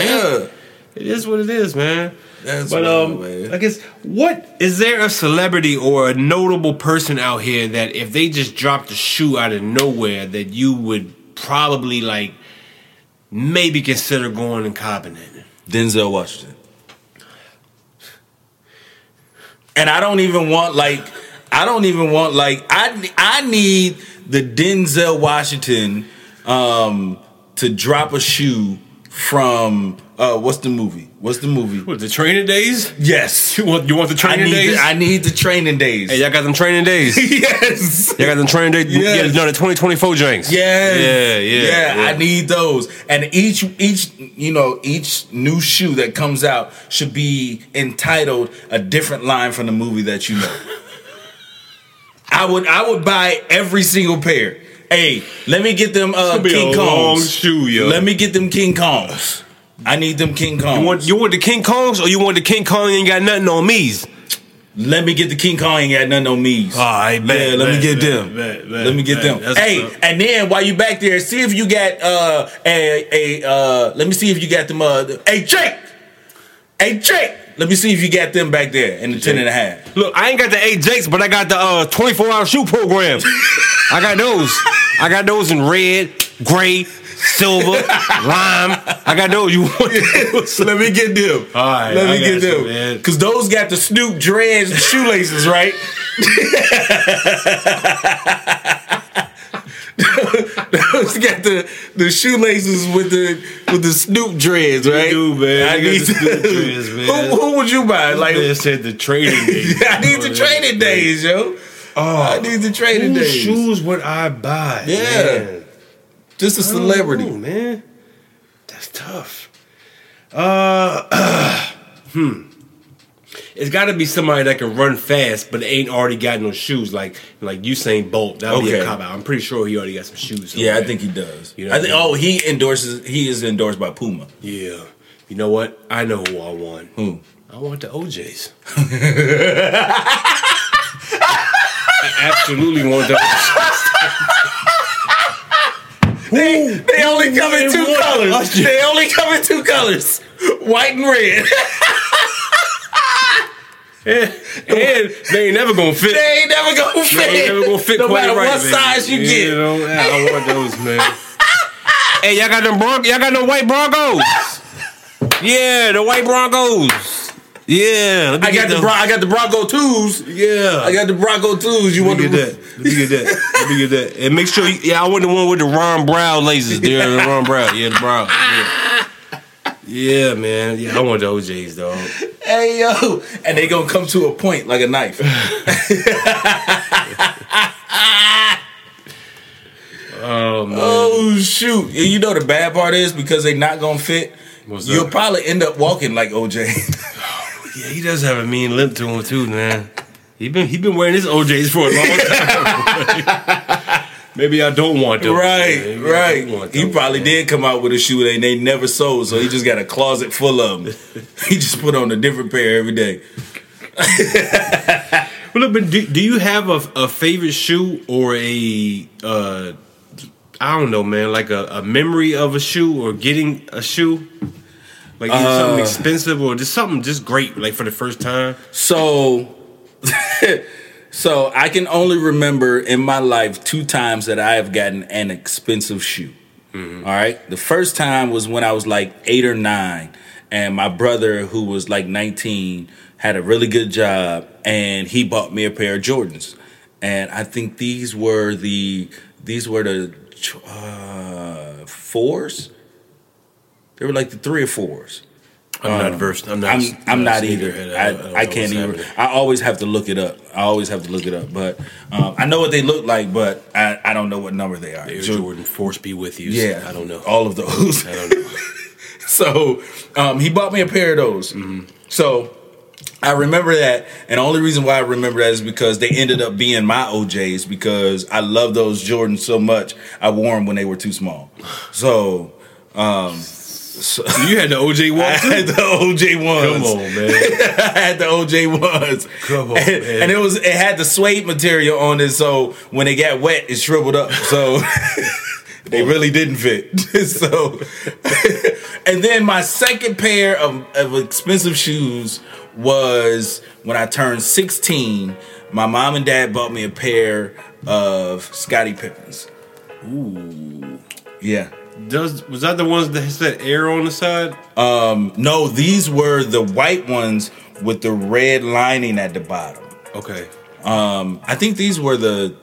C: yeah,
A: It is what it is, man.
C: that's
A: But
C: wild,
A: um,
C: man.
A: I guess what is there a celebrity or a notable person out here that if they just dropped a shoe out of nowhere that you would probably like maybe consider going and copping it?
C: Denzel Washington. And I don't even want like I don't even want like I I need the Denzel Washington um to drop a shoe from uh what's the movie? What's the movie?
A: What the training days? [LAUGHS]
C: Yes.
A: You want you want the
C: I
A: training
C: need
A: days?
C: the, I need the training days.
A: hey, y'all got them training days.
C: [LAUGHS] yes.
A: They got the training day.
C: Yes.
A: Yeah, no, the 2024 drinks.
C: Yes.
A: Yeah, yeah.
C: I need those. And each each you know, each new shoe that comes out should be entitled a different line from the movie that you know. [LAUGHS] I would I would buy every single pair. Hey, let me get them uh
A: gonna be
C: King
A: a long
C: Kongs.
A: shoe, yo.
C: Let me get them King Kongs. I need them King Kongs.
A: You want, you want the King Kongs or you want the King Kong ain't got nothing on me's?
C: let me get the King Kong ain't got nothing on me.
A: I
C: yeah, let me get them. let me get them. Hey, and then while you back there, see if you got uh a a uh let me see if you got them uh the- hey Jake. Hey Jake. Let me see if you got them back there in the ten and a half.
A: Look, I ain't got the eight Jakes, but I got the uh, 24 hour shoe program. I got those. I got those in red, gray, silver, [LAUGHS] lime. I got those. You want those?
C: let me get them.
A: All right,
C: Let
A: I
C: me get
A: got you,
C: them.
A: man.
C: Cause those got the Snoop dreads and shoelaces, right? [LAUGHS] those got the the shoelaces with the with the Snoop dreads, right?
D: do, man.
C: I
D: You got
C: need
D: the Snoop
C: to-
D: dreads, man.
C: Who, who would you buy? Like,
D: They said the
A: [LAUGHS]
D: trading day.
C: [LAUGHS] I need the training days, yo.
A: Oh.
C: I need the training
D: Whose
C: days.
D: shoes would I buy?
C: Yeah.
D: man?
C: Just a
D: I
A: Oh.
D: don't
C: celebrity.
D: know, man. That's tough.
A: [CLEARS THROAT]
D: Uh,
A: hmm. It's got to be somebody that can run fast, but ain't already got no shoes. Like like Usain Bolt, that would be a
C: Okay.
A: cop out. I'm pretty sure he already got some shoes.
C: Yeah, I
A: somewhere.
C: think he does.
A: You know
C: I think.
A: what I
C: Oh, he endorses. He is endorsed by Puma.
A: Yeah. You know what? I know who I want. Who? I want the
C: [LAUGHS]
A: OJs. I absolutely want the OJs.
C: They only come in
A: wouldn't
C: two
A: want
C: colors.
A: us to-
C: They only come in two colors, white and red. [LAUGHS]
A: and they ain't never gonna fit.
C: they ain't never gonna fit.
A: They ain't never gonna fit
C: no
A: quite
C: matter
A: right,
C: what
A: baby.
C: size you
A: Yeah,
C: get.
A: know, yeah, I want those,
C: [LAUGHS]
A: man. hey, y'all got them Bron- y'all got no white Broncos. yeah, the white Broncos. Yeah, let me
C: I
A: get
C: got the
A: them.
C: Bro- I got the Bronco twos.
A: Yeah,
C: I got the Bronco twos. You want
A: Let me
C: the
A: get that. Let me get that. Let me get that. And make sure, you, yeah, I want the one with the Ron Brow lasers.
C: [LAUGHS]
A: Yeah, the Ron Brow. Yeah, the Brow. Yeah. yeah, man. Yeah, I want the OJs, dog.
C: Hey yo, and they gonna come to a point like a knife.
A: [LAUGHS] Oh man.
C: oh shoot! And You know the bad part is because they not gonna fit.
A: What's
C: you'll
A: that?
C: probably end up walking like OJ.
A: Yeah, he does have a mean limp to him too, man. He been he been wearing his OJs for a long time. [LAUGHS] Maybe I don't want those.
C: [LAUGHS] right,
A: man. Maybe I
C: right.
A: don't want
C: He
A: those,
C: probably
A: man.
C: did come out with a shoe they they never sold, so he just got a closet full of them. [LAUGHS] he just put on a different pair every day.
A: Well, look, but do, do you have a, a favorite shoe or a uh, I don't know, man, like a, a memory of a shoe or getting a shoe? Like either something expensive or just something just great, like for the first time.
C: So, [LAUGHS] so I can only remember in my life two times that I have gotten an expensive shoe. All right. The first time was when I was like eight or nine, and my brother, who was like 19, had a really good job, and he bought me a pair of Jordans. And I think these were the these were the uh, fours. They were like the three or fours.
A: I'm not versed. uh, I'm not.
C: I'm I'm not
A: sneakerhead.
C: either.
A: don't know
C: I, I
A: what's
C: can't even.
A: happening.
C: I always have to look it up. I always have to look it up. But um, I know what they look like, but I, I don't know what number they are.
A: Air
C: Jo-
A: Jordan Force be with you.
C: Yeah,
A: Yeah, I don't know.
C: all of those.
A: I don't know.
C: [LAUGHS] so um, he bought me a pair of those.
A: Mm-hmm.
C: So I remember that, and the only reason why I remember that is because they ended up being my OJ's because I love those Jordans so much. I wore them when they were too small. So. um,
A: you had the OJ
C: [LAUGHS] I
A: walk.
C: had the OJ
A: Come
C: ones.
A: on, man.
C: I had the OJ ones.
A: Come on,
C: and,
A: man.
C: and it was it had the suede material on it, so when it got wet, it shriveled up. So [LAUGHS] they really didn't fit. [LAUGHS] so and then my second pair of, of expensive shoes was when I turned 16, my mom and dad bought me a pair of Scotty Pippins. Ooh. Yeah.
A: Does was that the ones that said air on the side?
C: No, these were the white ones with the red lining at the bottom.
A: Okay.
C: Um, I think these were the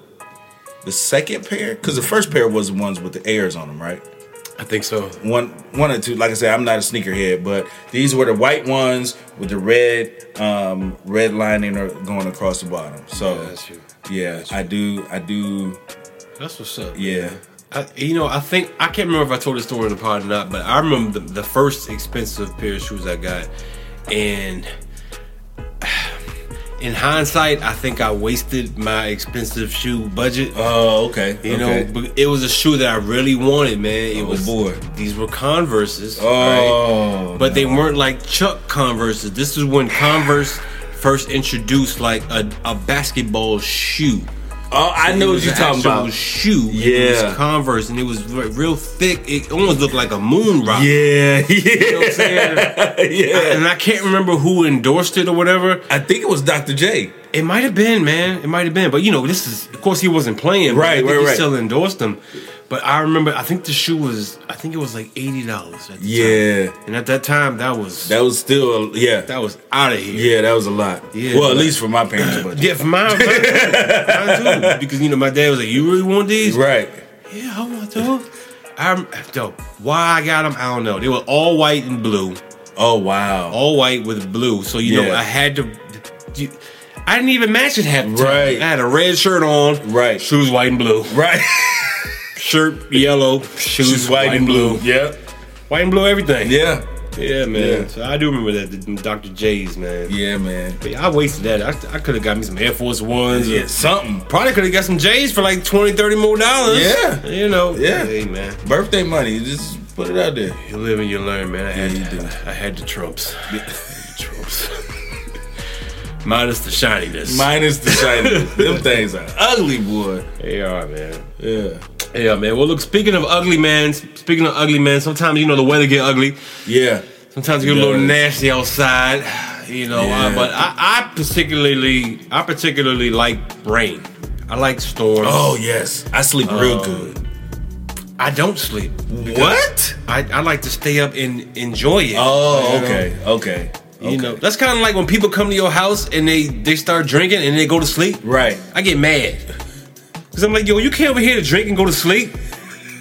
C: the second pair because the first pair was the ones with the airs on them, right?
A: I think so.
C: One, one or two. Like I said, I'm not a sneakerhead, but these were the white ones with the red, um, red lining or going across the bottom. So
A: Yeah, that's you.
C: yeah, I do, I do,
A: That's what's up.
C: yeah.
A: I, you know, I think I can't remember if I told the story in the pod or not, but I remember the, the first expensive pair of shoes I got, and [SIGHS] in hindsight, I think I wasted my expensive shoe budget. uh,
C: Oh, okay.
A: you know, but it was a shoe that I really wanted, man. It
C: Oh,
A: was
C: boy.
A: These were Converse's, right?
C: Oh,
A: but they weren't like Chuck Converse's. This is when Converse first introduced like a, a basketball shoe.
C: oh, I know what you're talking
A: Actual
C: about.
A: Shoe, It
C: Yeah.
A: was Converse, and it was re- real thick. It almost looked like a moon rock.
C: Yeah, [LAUGHS]
A: You know what I'm
C: yeah,
A: saying?
C: [LAUGHS] yeah.
A: and I can't remember who endorsed it or whatever.
C: I think it was Dr. J.
A: It might have been, man. It might have been, but you know, this is of course he wasn't playing. but I
C: Right,
A: think
C: right,
A: he
C: right.
A: Still endorsed him, but I remember. I think the shoe was. I think it was like eighty dollars.
C: Yeah,
A: and at that time, that was that,
C: that was still, yeah.
A: was out of here.
C: Yeah, that was a lot.
A: Yeah,
C: well, at
A: like-
C: least for my parents' budget.
A: Yeah, for mine, mine, too. mine too. Because you know, my dad was like, "You really want these?
C: Right.
A: Yeah, I want those." I'm yo, why I got them, I don't know. They were all white and blue,
C: Oh wow.
A: all white with blue. So you know,
C: Yeah.
A: I had to. You, I didn't even match it half the time.
C: Right.
A: I had a red shirt on,
C: Right.
A: shoes white and blue,
C: Right.
A: shirt yellow, shoes,
C: She's white, and blue. Yep.
A: white and blue everything.
C: Yeah.
A: yeah, man.
C: Yeah.
A: So I do remember that the Dr. J's, man.
C: Yeah, man.
A: But I wasted that. I, I could have got me some Air Force Ones. or-
C: Yeah, something.
A: Probably could have got some J's for like 20, 30 more dollars.
C: Yeah.
A: You know.
C: Yeah.
A: Hey, man.
C: Birthday money. Just put it out there.
A: You live and you learn, man. I had,
C: Yeah, you do.
A: I had the trumps. I [LAUGHS] had the trumps. Minus the shininess.
C: Minus the shiny. [LAUGHS] Them things are ugly, boy.
A: they are, man.
C: Yeah.
A: Yeah, man. Well, look. Speaking of ugly man, speaking of ugly man, sometimes you know the weather get ugly.
C: Yeah.
A: Sometimes it get a
C: It
A: little
C: does.
A: nasty outside. You know, uh,
C: Yeah.
A: but I, I particularly, I particularly like rain. I like storms.
C: Oh yes. I sleep real good.
A: I don't sleep.
C: What?
A: I, I like to stay up and enjoy it.
C: Oh,
A: You know?
C: okay. Okay.
A: You know, that's kind of like when people come to your house and they they start drinking and they go to sleep.
C: Right.
A: I get mad because I'm like, yo, you came over here to drink and go to sleep.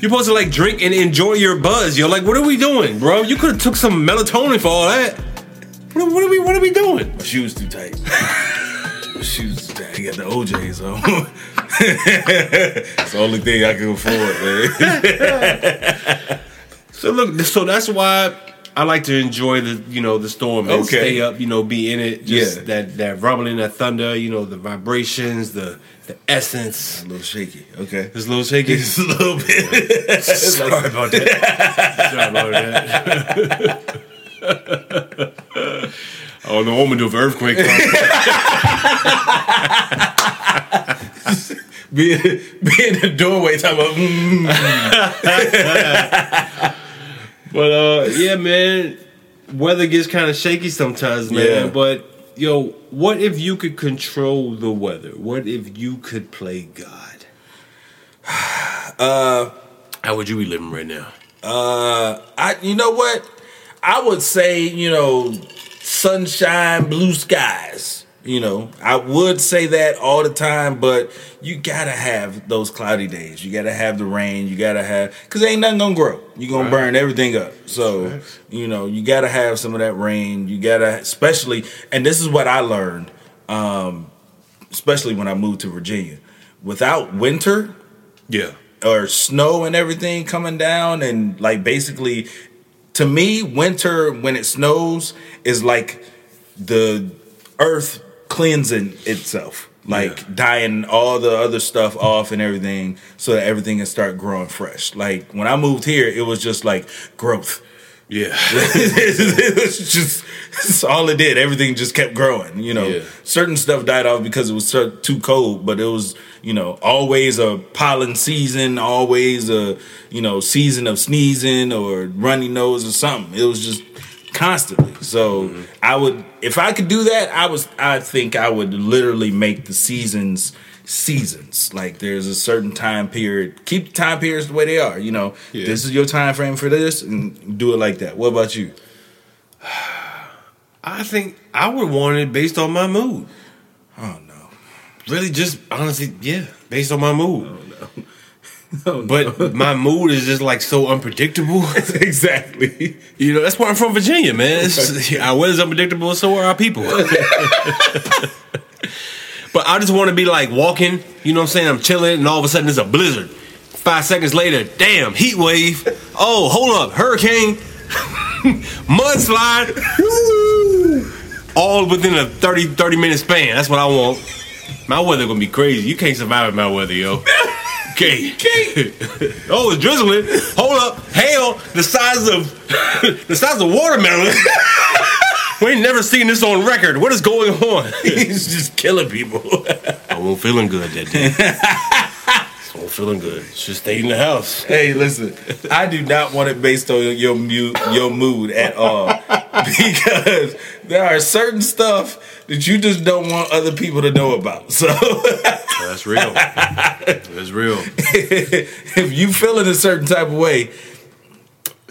A: You're supposed to like drink and enjoy your buzz. You're like, what are we doing, bro? You could have took some melatonin for all that. What are, what are we What are we doing?
C: My shoes too tight. [LAUGHS] My shoes too tight. I got the OJs on. it's the only thing I can afford, man.
A: So look, so that's why I like to enjoy the you know the storm and
C: Okay.
A: stay up, you know, be in it. Just
C: Yeah.
A: that that rumbling, that thunder, you know, the vibrations, the the essence.
C: a little shaky. Okay.
A: It's a little shaky.
C: Just a little bit. [LAUGHS]
A: Sorry about that. Sorry about that. oh, no, I'm gonna do an earthquake.
C: be, [LAUGHS] be in the doorway talking about mm.
A: [LAUGHS] but uh, yeah, man, weather gets kind of shaky sometimes, man.
C: Yeah.
A: But yo, what if you could control the weather? What if you could play God? [SIGHS] Uh, how would you be living right now?
C: Uh, I you know what? I would say you know sunshine, blue skies. You know, I would say that all the time, but you gotta have those cloudy days. You gotta have the rain. You gotta have because ain't nothing gonna grow. You gonna burn everything up. So you know you gotta have some of that rain. You gotta especially, and this is what I learned, [LAUGHS] um, especially when I moved to Virginia. Without winter,
A: Yeah.
C: or snow and everything coming down and like basically to me winter when it snows is like the earth cleansing itself like
A: Yeah.
C: dying all the other stuff off and everything so that everything can start growing fresh like when i moved here it was just like growth [LAUGHS]
A: Yeah.
C: it was just it's all it did. Everything just kept growing. You know,
A: Yeah.
C: certain stuff died off because it was so- too cold, but it was you know always a pollen season, always a you know season of sneezing or runny nose or something. It was just constantly. So I would, if I could do that, I was. I think I would literally make the seasons seasons like there's a certain time period keep time periods the way they are you know
A: Yeah.
C: this is your time frame for this and do it like that what about you
A: I think I would want it based on my mood.
C: Oh no.
A: Really, just honestly, yeah, based on my mood.
C: Oh, [LAUGHS]
A: but my mood is just like so unpredictable.
C: [LAUGHS] exactly.
A: you know, that's where I'm from, Virginia, man. It's, our weather's unpredictable, so are our people. [LAUGHS] but I just want to be like walking, you know what I'm saying? I'm chilling, and all of a sudden it's a blizzard. Five seconds later, damn, heat wave. Oh, hold up, hurricane, mudslide. Woo! All within a 30, 30 minute span. That's what I want. My weather gonna be crazy. You can't survive in my weather,
C: [LAUGHS]
A: yo. Okay. [LAUGHS] oh, it's drizzling. Hold up, hail the size of [LAUGHS] the size of
C: [LAUGHS]
A: watermelon. we ain't never seen this on record. What is going on?
C: [LAUGHS] He's just killing people.
A: I wasn't feeling good that day.
C: [LAUGHS]
A: I wasn't feeling good. Should stay in the house.
C: hey, listen. I do not want it based on your mu- your mood at all. [LAUGHS] Because there are certain stuff that you just don't want other people to know about. [LAUGHS] So
A: That's
C: [LAUGHS]
A: real. That's real.
C: if you feeling a certain type of way,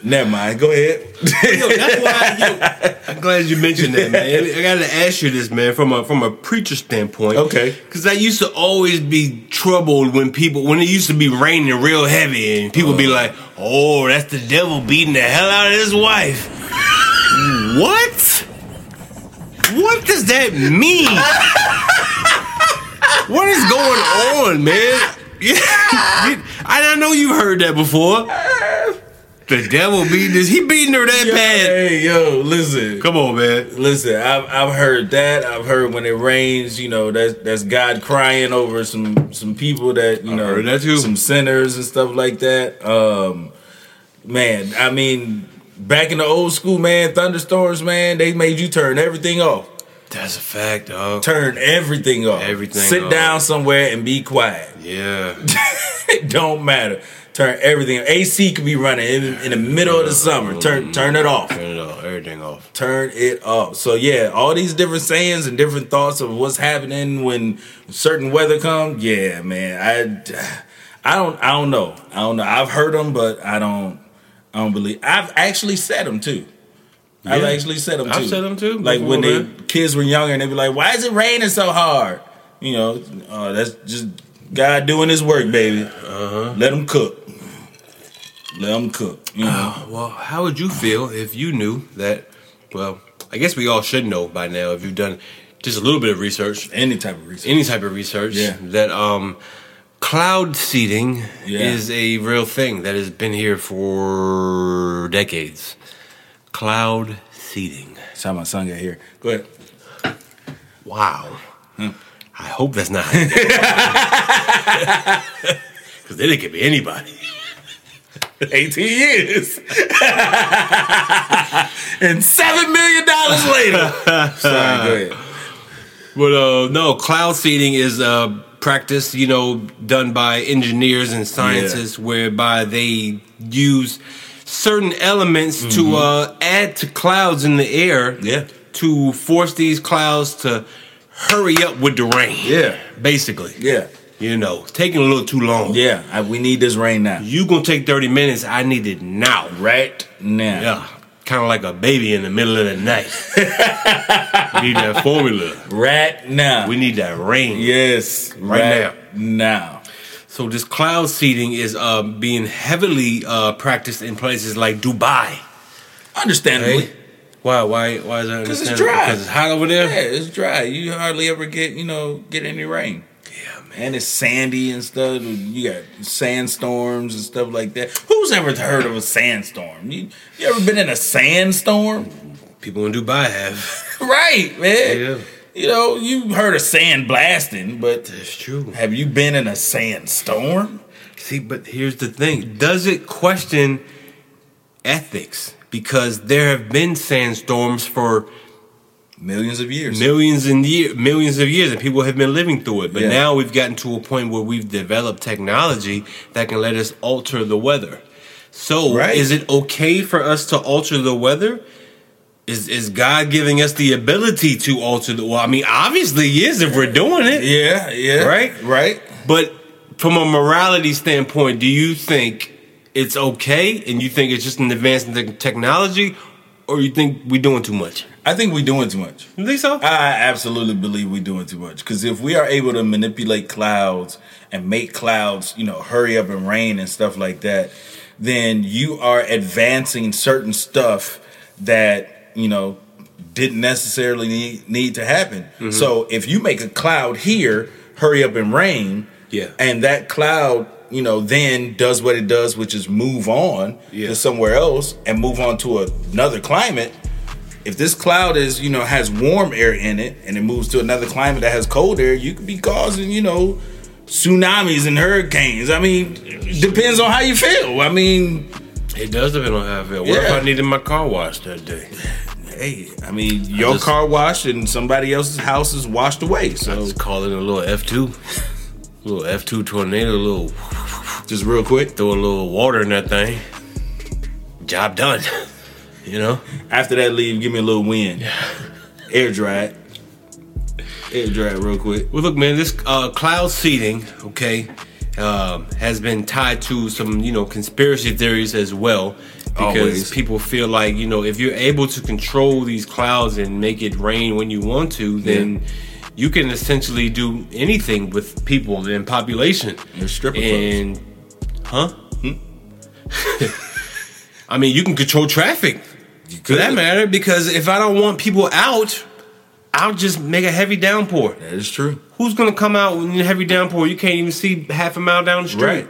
C: Never mind. Go ahead.
A: Yo, that's why. Yo, I'm glad you mentioned that, man. I gotta ask you this, man, from a from a preacher standpoint.
C: Okay.
A: Because I used to always be troubled when people when it used to be raining real heavy, and people be like, "Oh, that's the devil beating the hell out of his wife." what? What does that mean? what is going on, man? [LAUGHS] You- I I know you've heard that before. The devil beating this. He beating her that bad.
C: [LAUGHS] Hey, yo, listen.
A: Come on, man.
C: Listen, I've I've heard that. I've heard when it rains, you know, that's that's God crying over some some people that you know,
A: heard that too.
C: some sinners and stuff like that. Um, man, I mean, back in the old school, man, thunderstorms, man, they made you turn everything off.
A: That's a fact, dog.
C: Turn everything off.
A: Everything
C: Sit
A: off.
C: down somewhere and
A: [LAUGHS]
C: be quiet. [LAUGHS]
A: Yeah.
C: it don't matter. Turn everything. AC could be running in, in the middle of the summer. Turn turn it off.
A: Turn it off. Everything off.
C: turn it up. So yeah, all these different sayings and different thoughts of what's happening when certain weather comes. Yeah, man. I I don't I don't know. I don't know. I've heard them, but I don't I don't believe. I've actually said them too. I've
A: Yeah.
C: actually said them too.
A: I've said 'em too
C: Like
A: before,
C: when they
A: man.
C: kids were younger and they be like, "Why is it raining so hard?" You know, uh, that's just God doing His work, baby.
A: Uh-huh.
C: Let them cook. Let them cook. You know.
A: Well, how would you feel if you knew that? Well, I guess we all should know by now if you've done just a little bit of research,
C: Any type of reason.
A: any type of research,
C: Yeah.
A: that um, cloud seeding
C: Yeah.
A: is a real thing that has been here for decades. Cloud seeding.
C: That's how my son got here. Go ahead.
A: Wow.
C: Hmm.
A: I hope that's not. [LAUGHS] Because then it could be anybody.
C: 18 years. [LAUGHS] and $7 million
A: [LAUGHS]
C: later. Sorry, go ahead.
A: But uh, no, cloud seeding is a practice, you know, done by engineers and scientists whereby they use certain elements to uh, add to clouds in the air
C: Mm-hmm. Yeah.
A: to force these clouds to hurry up with the rain.
C: Yeah.
A: Basically.
C: Yeah.
A: You know, it's taking a little too long.
C: Yeah. I- we need this rain now.
A: You gonna take 30 minutes, I need it now.
C: Right now.
A: Yeah. Kind of like a baby in the middle of the
C: [LAUGHS]
A: night. we need that formula.
C: Right now.
A: We need that rain.
C: yes.
A: Right
C: now. Now.
A: So this cloud seeding is uh, being heavily uh, practiced in places like Dubai.
C: Understandably.
A: Hey, why? Why? Why is that?
C: 'Cause it's
A: understandable?
C: dry.
A: Because it's hot over there.
C: Yeah, it's dry. You hardly ever get, you know, get any rain.
A: Yeah, man.
C: And it's sandy and stuff. You got sandstorms and stuff like that. Who's ever heard of a sandstorm? You, you ever been in a sandstorm?
A: People in Dubai have.
C: Right, man.
A: Yeah.
C: You know, you heard of sand blasting, but
A: That's true.
C: have you been in a sandstorm?
A: See, but here's the thing: does it question ethics? Because there have been sandstorms for
C: Millions of years.
A: millions and year, millions of years, and people have been living through it. But
C: Yeah.
A: now we've gotten to a point where we've developed technology that can let us alter the weather. So,
C: Right.
A: is it okay for us to alter the weather? Is is God giving us the ability to alter the? Well, I mean, obviously, he is if we're doing it,
C: yeah, yeah.
A: Right?
C: right.
A: but from a morality standpoint, do you think it's okay, and you think it's just an advance in the technology, or you think we're doing too much?
C: I think we're doing too much.
A: You think so?
C: I absolutely believe we're doing too much because if we are able to manipulate clouds and make clouds, you know, hurry up and rain and stuff like that, then you are advancing certain stuff that you know didn't necessarily need, need to happen. So if you make a cloud here, hurry up and rain,
A: Yeah.
C: and that cloud. You know, then does what it does, which is move on
A: Yeah.
C: to somewhere else and move on to another climate if this cloud is you know has warm air in it and it moves to another climate that has cold air you could be causing you know tsunamis and hurricanes i mean depends on how you feel i mean
A: It does depend on how I feel. What if
C: Yeah.
A: I needed my car washed that day?
C: hey i mean your
A: just-
C: car washed and somebody else's house is washed away so
A: I just call it a little F two, little F two tornado, a little
C: just real quick
A: throw a little water in that thing. Job done. [LAUGHS] You know,
C: after that leave give me a little wind air dry it. air dry it real quick
A: well, look, man, this uh, cloud seeding, uh, okay, um, has been tied to some, you know, conspiracy theories as well. because
C: Always.
A: people feel like you know if you're able to control these clouds and make it rain when you want to, then you can essentially do anything with people and population.
C: Your stripper Hmm? clubs.
A: and huh? [LAUGHS] I mean, you can control traffic
C: You
A: for that
C: could.
A: matter because if I don't want people out, I'll just make a heavy downpour.
C: That is true.
A: Who's gonna come out in a heavy downpour? You can't even see half a mile down the street.
C: Right.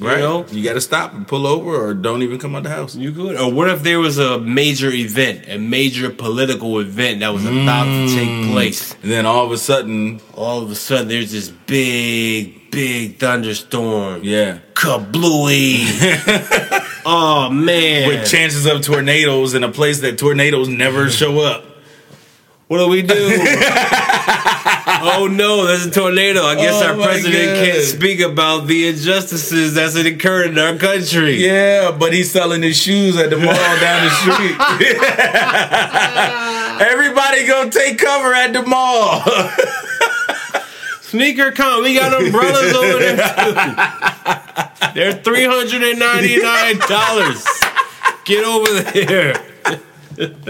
A: You
C: Right. You,
A: know?
C: got to stop and pull over, or don't even come out the house.
A: You could. Or what if there was a major event, a major political event that was about to take place?
C: And then all of a sudden,
A: All of a sudden, there's this big, big thunderstorm.
C: yeah.
A: [LAUGHS] Kablooey. oh, man.
C: With chances of tornadoes in a place that tornadoes never show up.
A: what do we do? [LAUGHS] oh, no, there's a tornado. I guess
C: Oh,
A: our
C: my
A: president
C: God.
A: can't speak about the injustices that's occurring in our country.
C: Yeah, but he's selling his shoes at the mall [LAUGHS] down the street. Everybody gonna take cover at the mall. [LAUGHS]
A: Sneaker con. We got umbrellas over there.
C: [LAUGHS]
A: too. They're three hundred and ninety nine dollars. Get over there.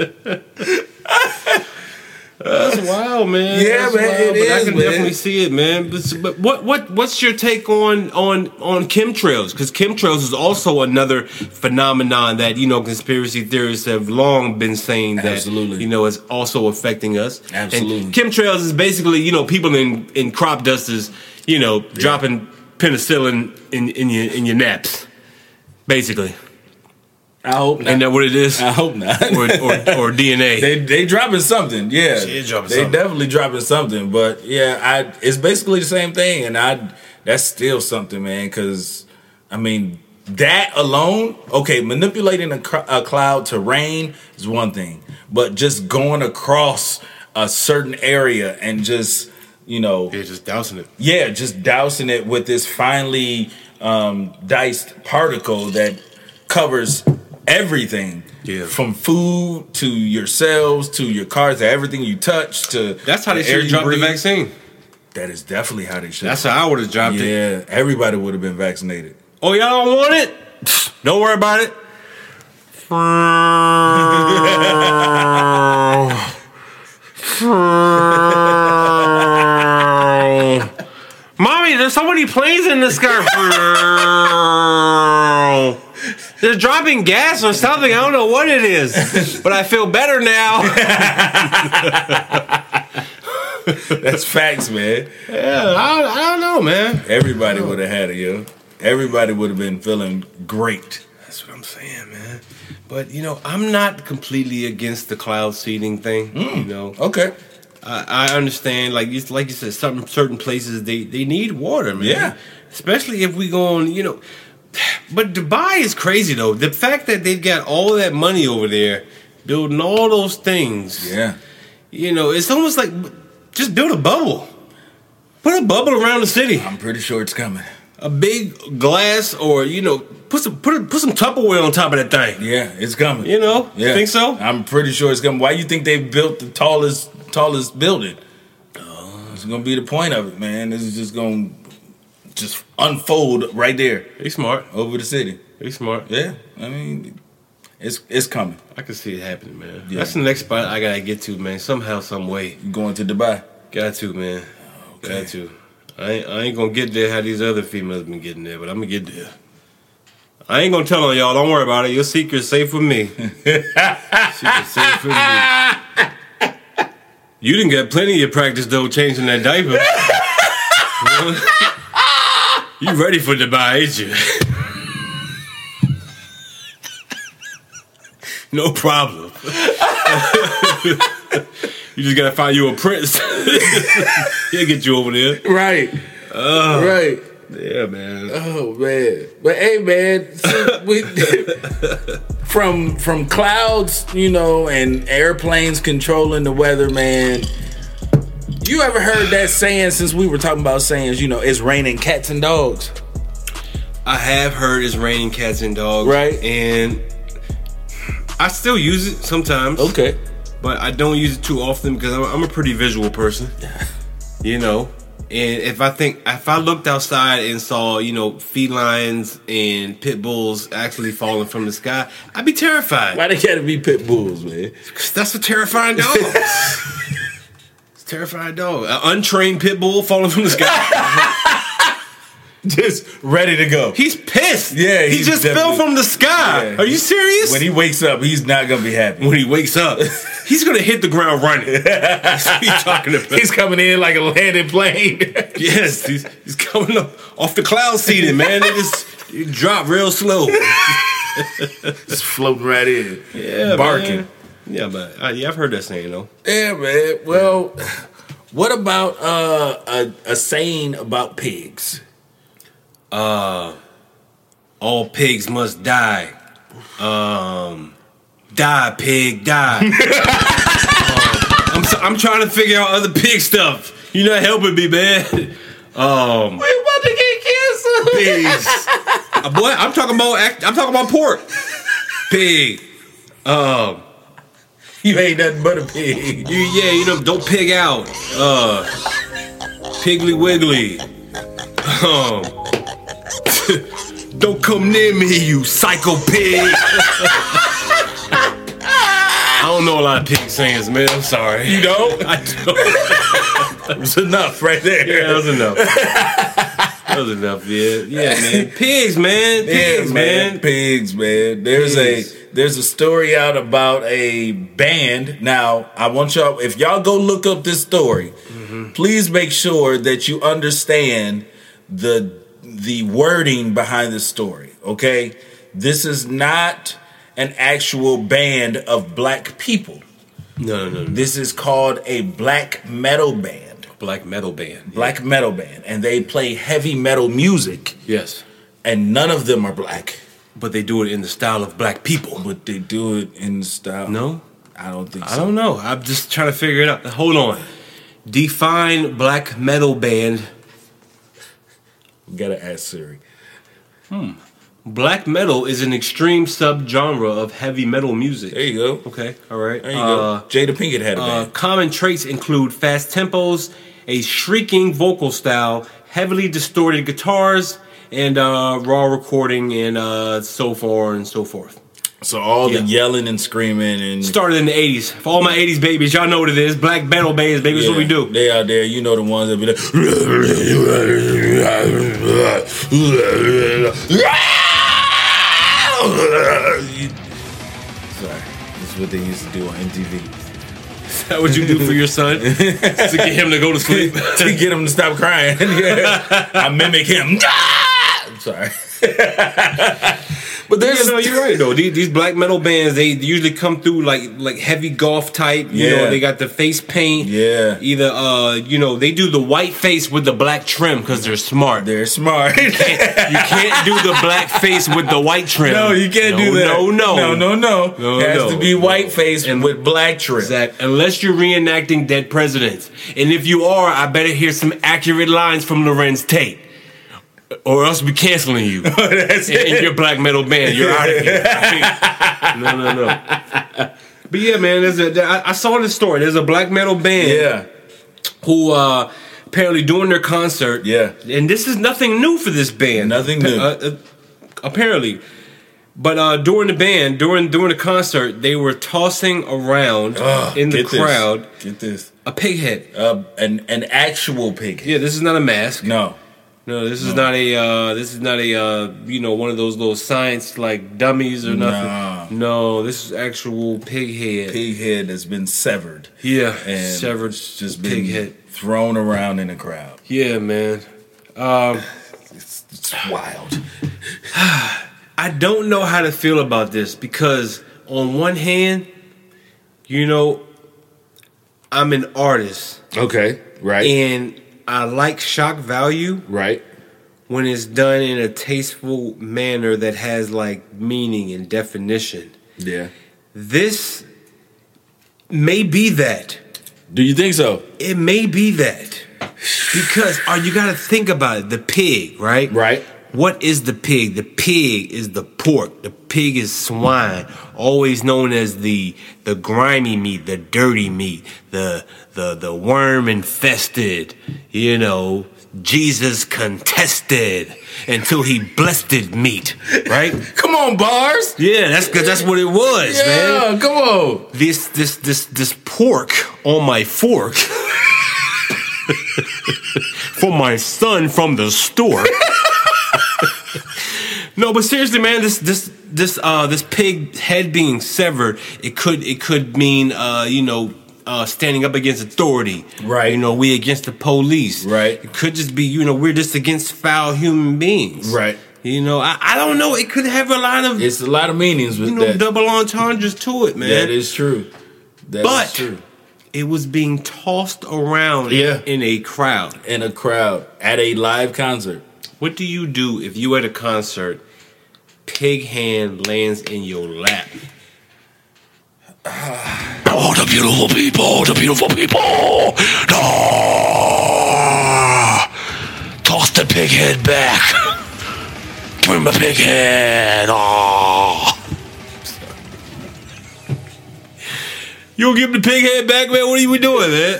A: That's wild, man.
C: Yeah,
A: That's
C: man,
A: wild,
C: it
A: but I
C: is,
A: can
C: man.
A: definitely see it, man. But, but what what what's your take on on on chemtrails? Because chemtrails is also another phenomenon that you know conspiracy theorists have long been saying that
C: Absolutely.
A: you know is also affecting us.
C: Absolutely.
A: And chemtrails is basically, you know, people in, in crop dusters, you know, dropping penicillin in, in your in your naps. Basically.
C: I hope not.
A: Ain't that what it is?
C: I hope not.
A: Or or, [LAUGHS] or DNA.
C: [LAUGHS] they they dropping something, yeah.
A: They dropping
C: they
A: something.
C: definitely dropping something, but yeah, I it's basically the same thing, and I that's still something, man. Because I mean that alone, okay, manipulating a, cr- a cloud to rain is one thing, but just going across a certain area and just you know
A: They're just dousing it.
C: yeah, just dousing it with this finely um, diced particle that covers everything.
A: Yeah.
C: From food to yourselves to your cars to everything you touch to
A: That's how they
C: the
A: should
C: air
A: have
C: you
A: dropped the
C: breathe.
A: vaccine.
C: That is definitely how they should.
A: That's how I would have dropped it.
C: yeah, everybody would have been vaccinated. [LAUGHS]
A: Oh, y'all don't want it? [SIGHS] Don't worry about it. [LAUGHS] Mommy, there's so many planes in the sky. [LAUGHS] They're dropping gas or something. I don't know what it is, but [LAUGHS] I feel better now.
C: That's facts, man.
A: Yeah, I, I don't know, man.
C: Everybody would have had it, yo. Everybody would have been feeling great.
A: That's what I'm saying, man. But you know, I'm not completely against the cloud seeding thing. You know,
C: Okay.
A: I, I understand. Like it's like you said, some certain places they they need water, man.
C: Yeah.
A: Especially if we go on, you know. [SIGHS] But Dubai is crazy though. The fact that they've got all that money over there, building all those things.
C: Yeah.
A: You know, it's almost like just build a bubble. Put a bubble around the city.
C: I'm pretty sure it's coming.
A: A big glass, or you know, put some put a, put some Tupperware on top of that thing.
C: Yeah, it's coming.
A: You know,
C: Yeah.
A: think so?
C: I'm pretty sure it's gonna. Why you think they built the tallest tallest building? It's gonna be the point of it, man. This is just gonna just unfold right there
A: They smart.
C: over the city.
A: They smart.
C: Yeah, I mean, it's it's coming.
A: I can see it happening, man.
C: Yeah.
A: That's the next spot I gotta get to, man. Somehow, some way.
C: You going to Dubai?
A: Got to, man.
C: Okay.
A: Got to. I ain't, I ain't gonna get there how these other females been getting there, but I'm gonna get there. I ain't gonna tell on y'all. Don't worry about it. Your secret's safe with me. Secret's safe with me. You didn't get plenty of practice though, changing that diaper. [LAUGHS] you ready for Dubai, ain't you? [LAUGHS] no problem. [LAUGHS] You just gotta find you a prince. [LAUGHS] He'll get you over there.
C: Right, right.
A: Yeah, man.
C: Oh man, but hey man, so [LAUGHS] we, from from clouds, you know, and airplanes controlling the weather, man. You ever heard that saying? Since we were talking about sayings, you know, it's raining cats and dogs.
A: I have heard it's raining cats and dogs.
C: Right.
A: And I still use it sometimes,
C: Okay,
A: but I don't use it too often because I'm, I'm a pretty visual person. You know, And if I think if I looked outside and saw you know felines and pit bulls actually falling from the sky, I'd be terrified.
C: Why they gotta be pit bulls, man?
A: 'Cause That's a terrifying [LAUGHS] dog. it's a terrifying dog. An untrained pit bull falling from the sky.
C: Just ready to go.
A: He's pissed.
C: Yeah,
A: he
C: he's
A: just fell
C: definitely-
A: from the sky.
C: Yeah.
A: Are you serious?
C: When he wakes up, he's not gonna be happy.
A: when he wakes up, [LAUGHS] he's gonna hit the ground running. [LAUGHS] That's what he's talking about.
C: He's coming in like a landed plane.
A: [LAUGHS]
C: [LAUGHS]
A: Yes, he's, he's coming up off the cloud seeding, man. They just it drop real slow.
C: Just floating right in.
A: Yeah,
C: barking.
A: man. Yeah, but uh, yeah, I've heard that saying though.
C: Yeah, man. Well, what about uh, a, a saying about pigs?
A: All pigs must die. Um, die pig, die. Uh, I'm so, I'm trying to figure out other pig stuff. You're not helping me, man. Um,
C: We about to get canceled.
A: pigs. Uh, Boy, I'm talking about act- I'm talking about pork. Pig. Um.
C: You ain't nothing but a pig.
A: You, yeah, you know, don't pig out. Uh, Piggly Wiggly. Um, [LAUGHS] don't come near me, you psycho pig. I don't know a lot of pig sayings, man. I'm sorry. You don't? [LAUGHS] I don't.
C: That's enough [LAUGHS] right there.
A: Yeah, that was enough. that was enough, yeah. Yeah, man. [LAUGHS] Pigs, man. Pigs, man.
C: Pigs, man. There's
A: Pigs.
C: a there's a story out about a band. Now, I want y'all if y'all go look up this story, please make sure that you understand the the wording behind the story, okay? This is not an actual band of black people.
A: No, no, no.
C: This is called a black metal band.
A: Black metal band.
C: Black metal band and they play heavy metal music
A: Yes.
C: and none of them are black.
A: But they do it in the style of black people.
C: But they do it in style.
A: No?
C: I don't think so.
A: I don't know. I'm just trying to figure it out. Hold on. Define black metal band.
C: You gotta ask Siri.
A: Black metal is an extreme subgenre of heavy metal music.
C: There you go.
A: Okay, all right.
C: There you
A: Uh,
C: go. Jada Pinkett had a
A: uh,
C: band.
A: common traits include fast tempos, a shrieking vocal style, heavily distorted guitars, and uh, raw recording, and uh, so far and so forth.
C: So all
A: yeah.
C: the yelling and screaming and
A: Started in the 80s. For all my 80s babies, y'all know what it is. Black metal bands, baby, that's
C: Yeah,
A: what we
C: [LAUGHS]
A: do.
C: They out there, you know the ones that be like. Sorry, this is what they used to do on MTV
A: Is that what you do for your
C: [LAUGHS]
A: son? to get him to go to sleep?
C: to get him to stop crying. [LAUGHS] Yeah. I mimic him. [LAUGHS] I'm sorry, but there's
A: Yeah, no, you're right though. These, these black metal bands, they usually come through like like heavy golf type. You know,
C: Yeah.
A: they got the face paint.
C: Yeah.
A: Either uh, you know, they do the white face with the black trim because they're smart.
C: They're smart. [LAUGHS]
A: you can't do the black face with the white trim.
C: [LAUGHS] No, you can't
A: No,
C: do that.
A: No, no,
C: no, no, no.
A: No,
C: it has
A: no.
C: to be white face and with black trim.
A: Zach, unless you're reenacting dead presidents, and if you are, I better hear some accurate lines from Lorenz Tate, or else we canceling
C: [LAUGHS]
A: you.
C: Oh, That's
A: in, in
C: it.
A: your black metal band. You're out of here.
C: [LAUGHS]
A: no, no, no. But yeah, man, there's a, there, I, I saw this story. There's a black metal band
C: Yeah,
A: who uh, apparently doing their concert.
C: Yeah.
A: and this is nothing new for this band.
C: Nothing new.
A: Uh, uh, apparently, but uh, during the band, during during the concert, they were tossing around
C: Ugh,
A: in the
C: get this.
A: crowd
C: Get this.
A: a pig head.
C: Uh, an an actual pig.
A: Yeah, this is not a mask.
C: No.
A: No, this is not a uh, this is not a uh, you know one of those little science like dummies or nothing. No, this is actual pig head.
C: Pig head has been severed.
A: Yeah,
C: And
A: severed
C: it's just been
A: pig head.
C: thrown around in the crowd.
A: Yeah, man. Um,
C: It's wild.
A: I don't know how to feel about this because on one hand, you know, I'm an artist
D: Okay. Right.
A: and I like shock value.
D: right.
A: when it's done in a tasteful manner that has like meaning and definition.
D: Yeah.
A: This may be that.
D: Do you think so?
A: It uh, may be that. Because oh, you gotta think about it. The pig, right?
D: Right.
A: What is the pig? The pig is the pork. The pig is swine, always known as the the grimy meat, the dirty meat, the the the worm infested, you know, Jesus contested until he blessed it meat, right?
B: Come on, bars.
A: Yeah, that's good. That's what it was, man.
B: Yeah, come on.
A: This this this this pork on my fork [LAUGHS] for my son from the store. [LAUGHS] no, but seriously, man, this this this uh this pig head being severed, it could it could mean uh you know. Uh, standing up against authority,
B: Right.
A: You know, we against the police,
B: Right.
A: It could just be, you know, we're just against foul human beings,
B: Right.
A: You know, I, I don't know. It could have a lot of
B: It's a lot of meanings with
A: you know,
B: that.
A: double entendres to it, man.
B: that is true. That is
A: But-
B: true.
A: it was being tossed around
B: Yeah.
A: in a crowd.
B: In a crowd at a live concert.
A: What do you do if you at a concert, pig hand lands in your lap?
C: Oh, the beautiful people, the beautiful people. No. Toss the pig head back. Bring the pig head. Oh.
A: You'll give the pig head back, man. What are you doing, man?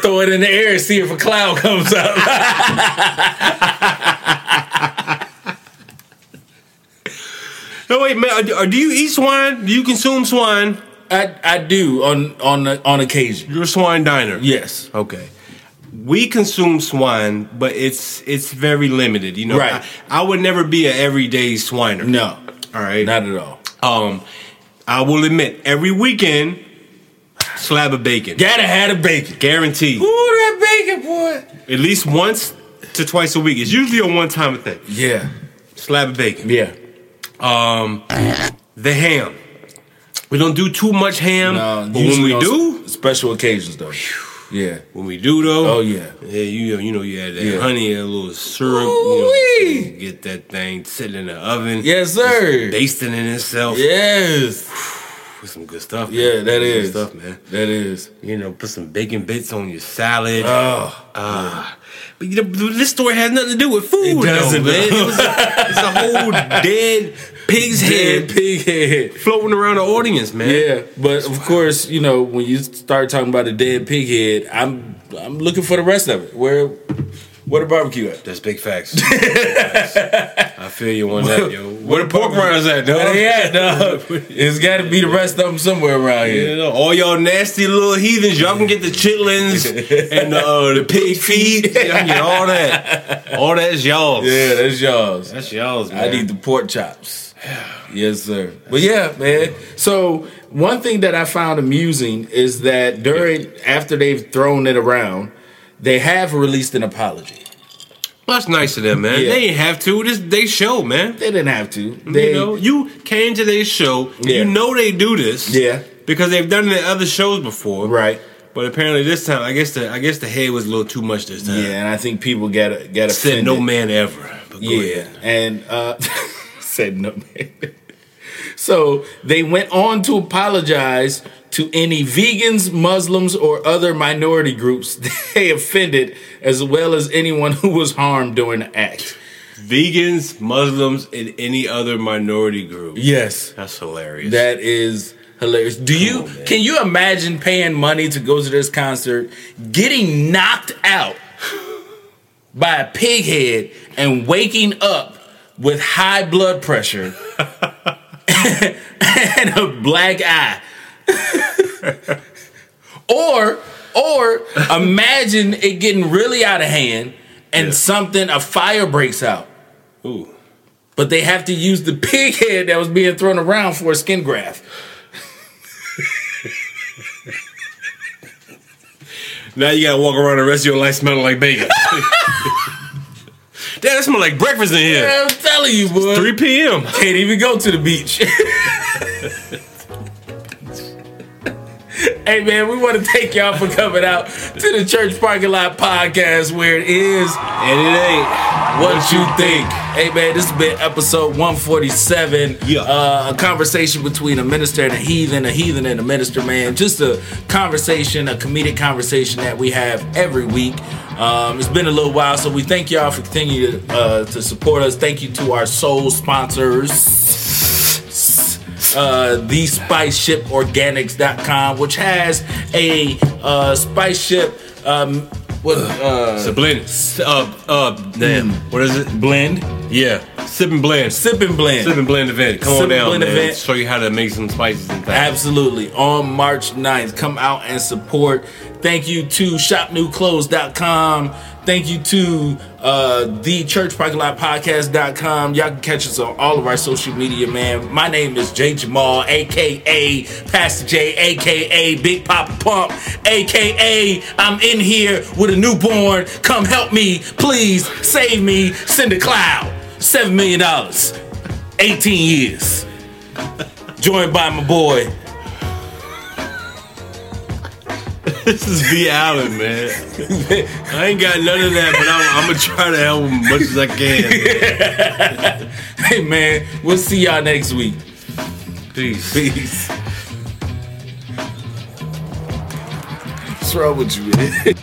B: Throw it in the air and see if a cloud comes up.
A: No, wait, man. Are, are- do you eat swine? Do you consume swine?
B: I, I do on on on occasion.
A: You're a swine diner.
B: Yes.
A: Okay. We consume swine, but it's it's very limited. You know,
B: Right.
A: I, I would never be an everyday swiner.
B: No.
A: All right.
B: Not at all.
A: um, I will admit, every weekend, slab of bacon.
B: Gotta have a bacon.
A: Guaranteed.
B: Ooh, that bacon boy.
A: At least once to twice a week. It's usually a one time thing.
B: Yeah.
A: Slab of bacon.
B: Yeah.
A: Um, the ham. We don't do too much ham,
B: No,
A: but when
B: usually
A: we
B: on
A: do,
B: s- special occasions though. Yeah.
A: when we do though,
B: Oh, yeah.
A: yeah, you you know you add that
B: Yeah.
A: honey, a little syrup, you know,
B: Ooh-wee.
A: get that thing sitting in the oven,
B: Yes, sir.
A: basting in itself,
B: Yes.
A: with some good stuff. man.
B: Yeah, that
A: Some good
B: is.
A: stuff, man.
B: That is.
A: You know, put some bacon bits on your salad.
B: Oh.
A: Ah, but you know, this story has nothing to do with food.
B: It doesn't,
A: though, man.
B: though.
A: It was a, it's a
B: [LAUGHS]
A: whole dead pig's
B: Dead
A: head
B: pig head.
A: floating around the audience, man.
B: Yeah, but of course, you know when you start talking about a dead pig head, I'm I'm looking for the rest of it. Where, where the barbecue at?
A: That's big
B: [LAUGHS]
A: facts. I feel you on that, yo. Where the pork rinds at,
B: Where
A: dog?
B: they at, dog? [LAUGHS] It's got to be the rest of them somewhere around
A: You
B: here.
A: know, all y'all nasty little heathens, y'all can get the
B: [LAUGHS]
A: chitlins and the, uh, the pig feet. Y'all can get all that. All that's y'all's.
B: Yeah, that's y'all's.
A: That's y'all's, man.
B: I need the pork chops. Yes, sir. But yeah, man. So one thing that I found amusing is that during after they've thrown it around, they have released an apology.
A: That's nice of them, man.
B: Yeah.
A: They ain't have to. This they show, man.
B: They didn't have to. They
A: you know, you came to their show.
B: Yeah.
A: You know they do this.
B: Yeah.
A: Because they've done it at other shows before.
B: right.
A: But apparently this time, I guess the I guess the head was a little too much this time.
B: Yeah, and I think people got got
A: Said
B: offended.
A: no man ever. But go
B: Yeah,
A: ahead.
B: and uh, [LAUGHS] said no man. so they went on to apologize to any vegans, Muslims, or other minority groups [LAUGHS] they offended, as well as anyone who was harmed during the act.
A: Vegans, Muslims, and any other minority group.
B: Yes,
A: That's hilarious.
B: that is hilarious. Do you
A: on, man.
B: can you imagine paying money to go to this concert, getting knocked out by a pig head, and waking up with high blood pressure [LAUGHS] and a black eye? or or imagine it getting really out of hand and something a fire breaks out.
A: Ooh.
B: But they have to use the pig head that was being thrown around for a skin graft.
A: Now you gotta walk around the rest of your life smelling like bacon.
B: [LAUGHS]
A: [LAUGHS] Damn, that smell like breakfast in here.
B: I'm telling you, boy.
A: 3 p.m.
B: Can't even go to the beach. [LAUGHS] hey, man, we want to thank y'all for coming out to the Church Parking Lot Podcast, where it is
A: And it ain't.
B: what you think. Hey, man, this has been episode 147.
A: Yeah.
B: Uh, a conversation between a minister and a heathen, a heathen and a minister, man. Just a conversation, a comedic conversation that we have every week. Um, it's been a little while, so we thank y'all for continuing to, uh, to support us. Thank you to our sole sponsors uh, the Spice Ship Organics.com, which has a uh, Spice Ship um, what, uh,
A: It's a blend. S- Uh, uh, damn.
B: Mm.
A: What is it?
B: blend,
A: Yeah. Sip and blend. Sip,
B: sip and blend.
A: and blend event. Come
B: Sip
A: on
B: and
A: down,
B: blend
A: man.
B: event.
A: Show you how to make some spices and
B: [LAUGHS]
A: things.
B: Absolutely. On March 9th, come out and support. Thank you to shopnewclothes.com. Um, Thank you to uh, the church parking lot podcast.com. Y'all can catch us on all of our social media, man. My name is Jay Jamal, aka Pastor J, aka Big Papa Pump, aka I'm in here with a newborn. Come help me, please save me. Send a cloud. $7 million, 18 years joined by my boy.
A: This is V Allen, man. [LAUGHS] I ain't got none of that, but I'm, I'm gonna try to help him as much as I can.
B: [LAUGHS] Hey man, we'll see y'all next week.
A: Peace.
B: Peace. What's wrong with you, man?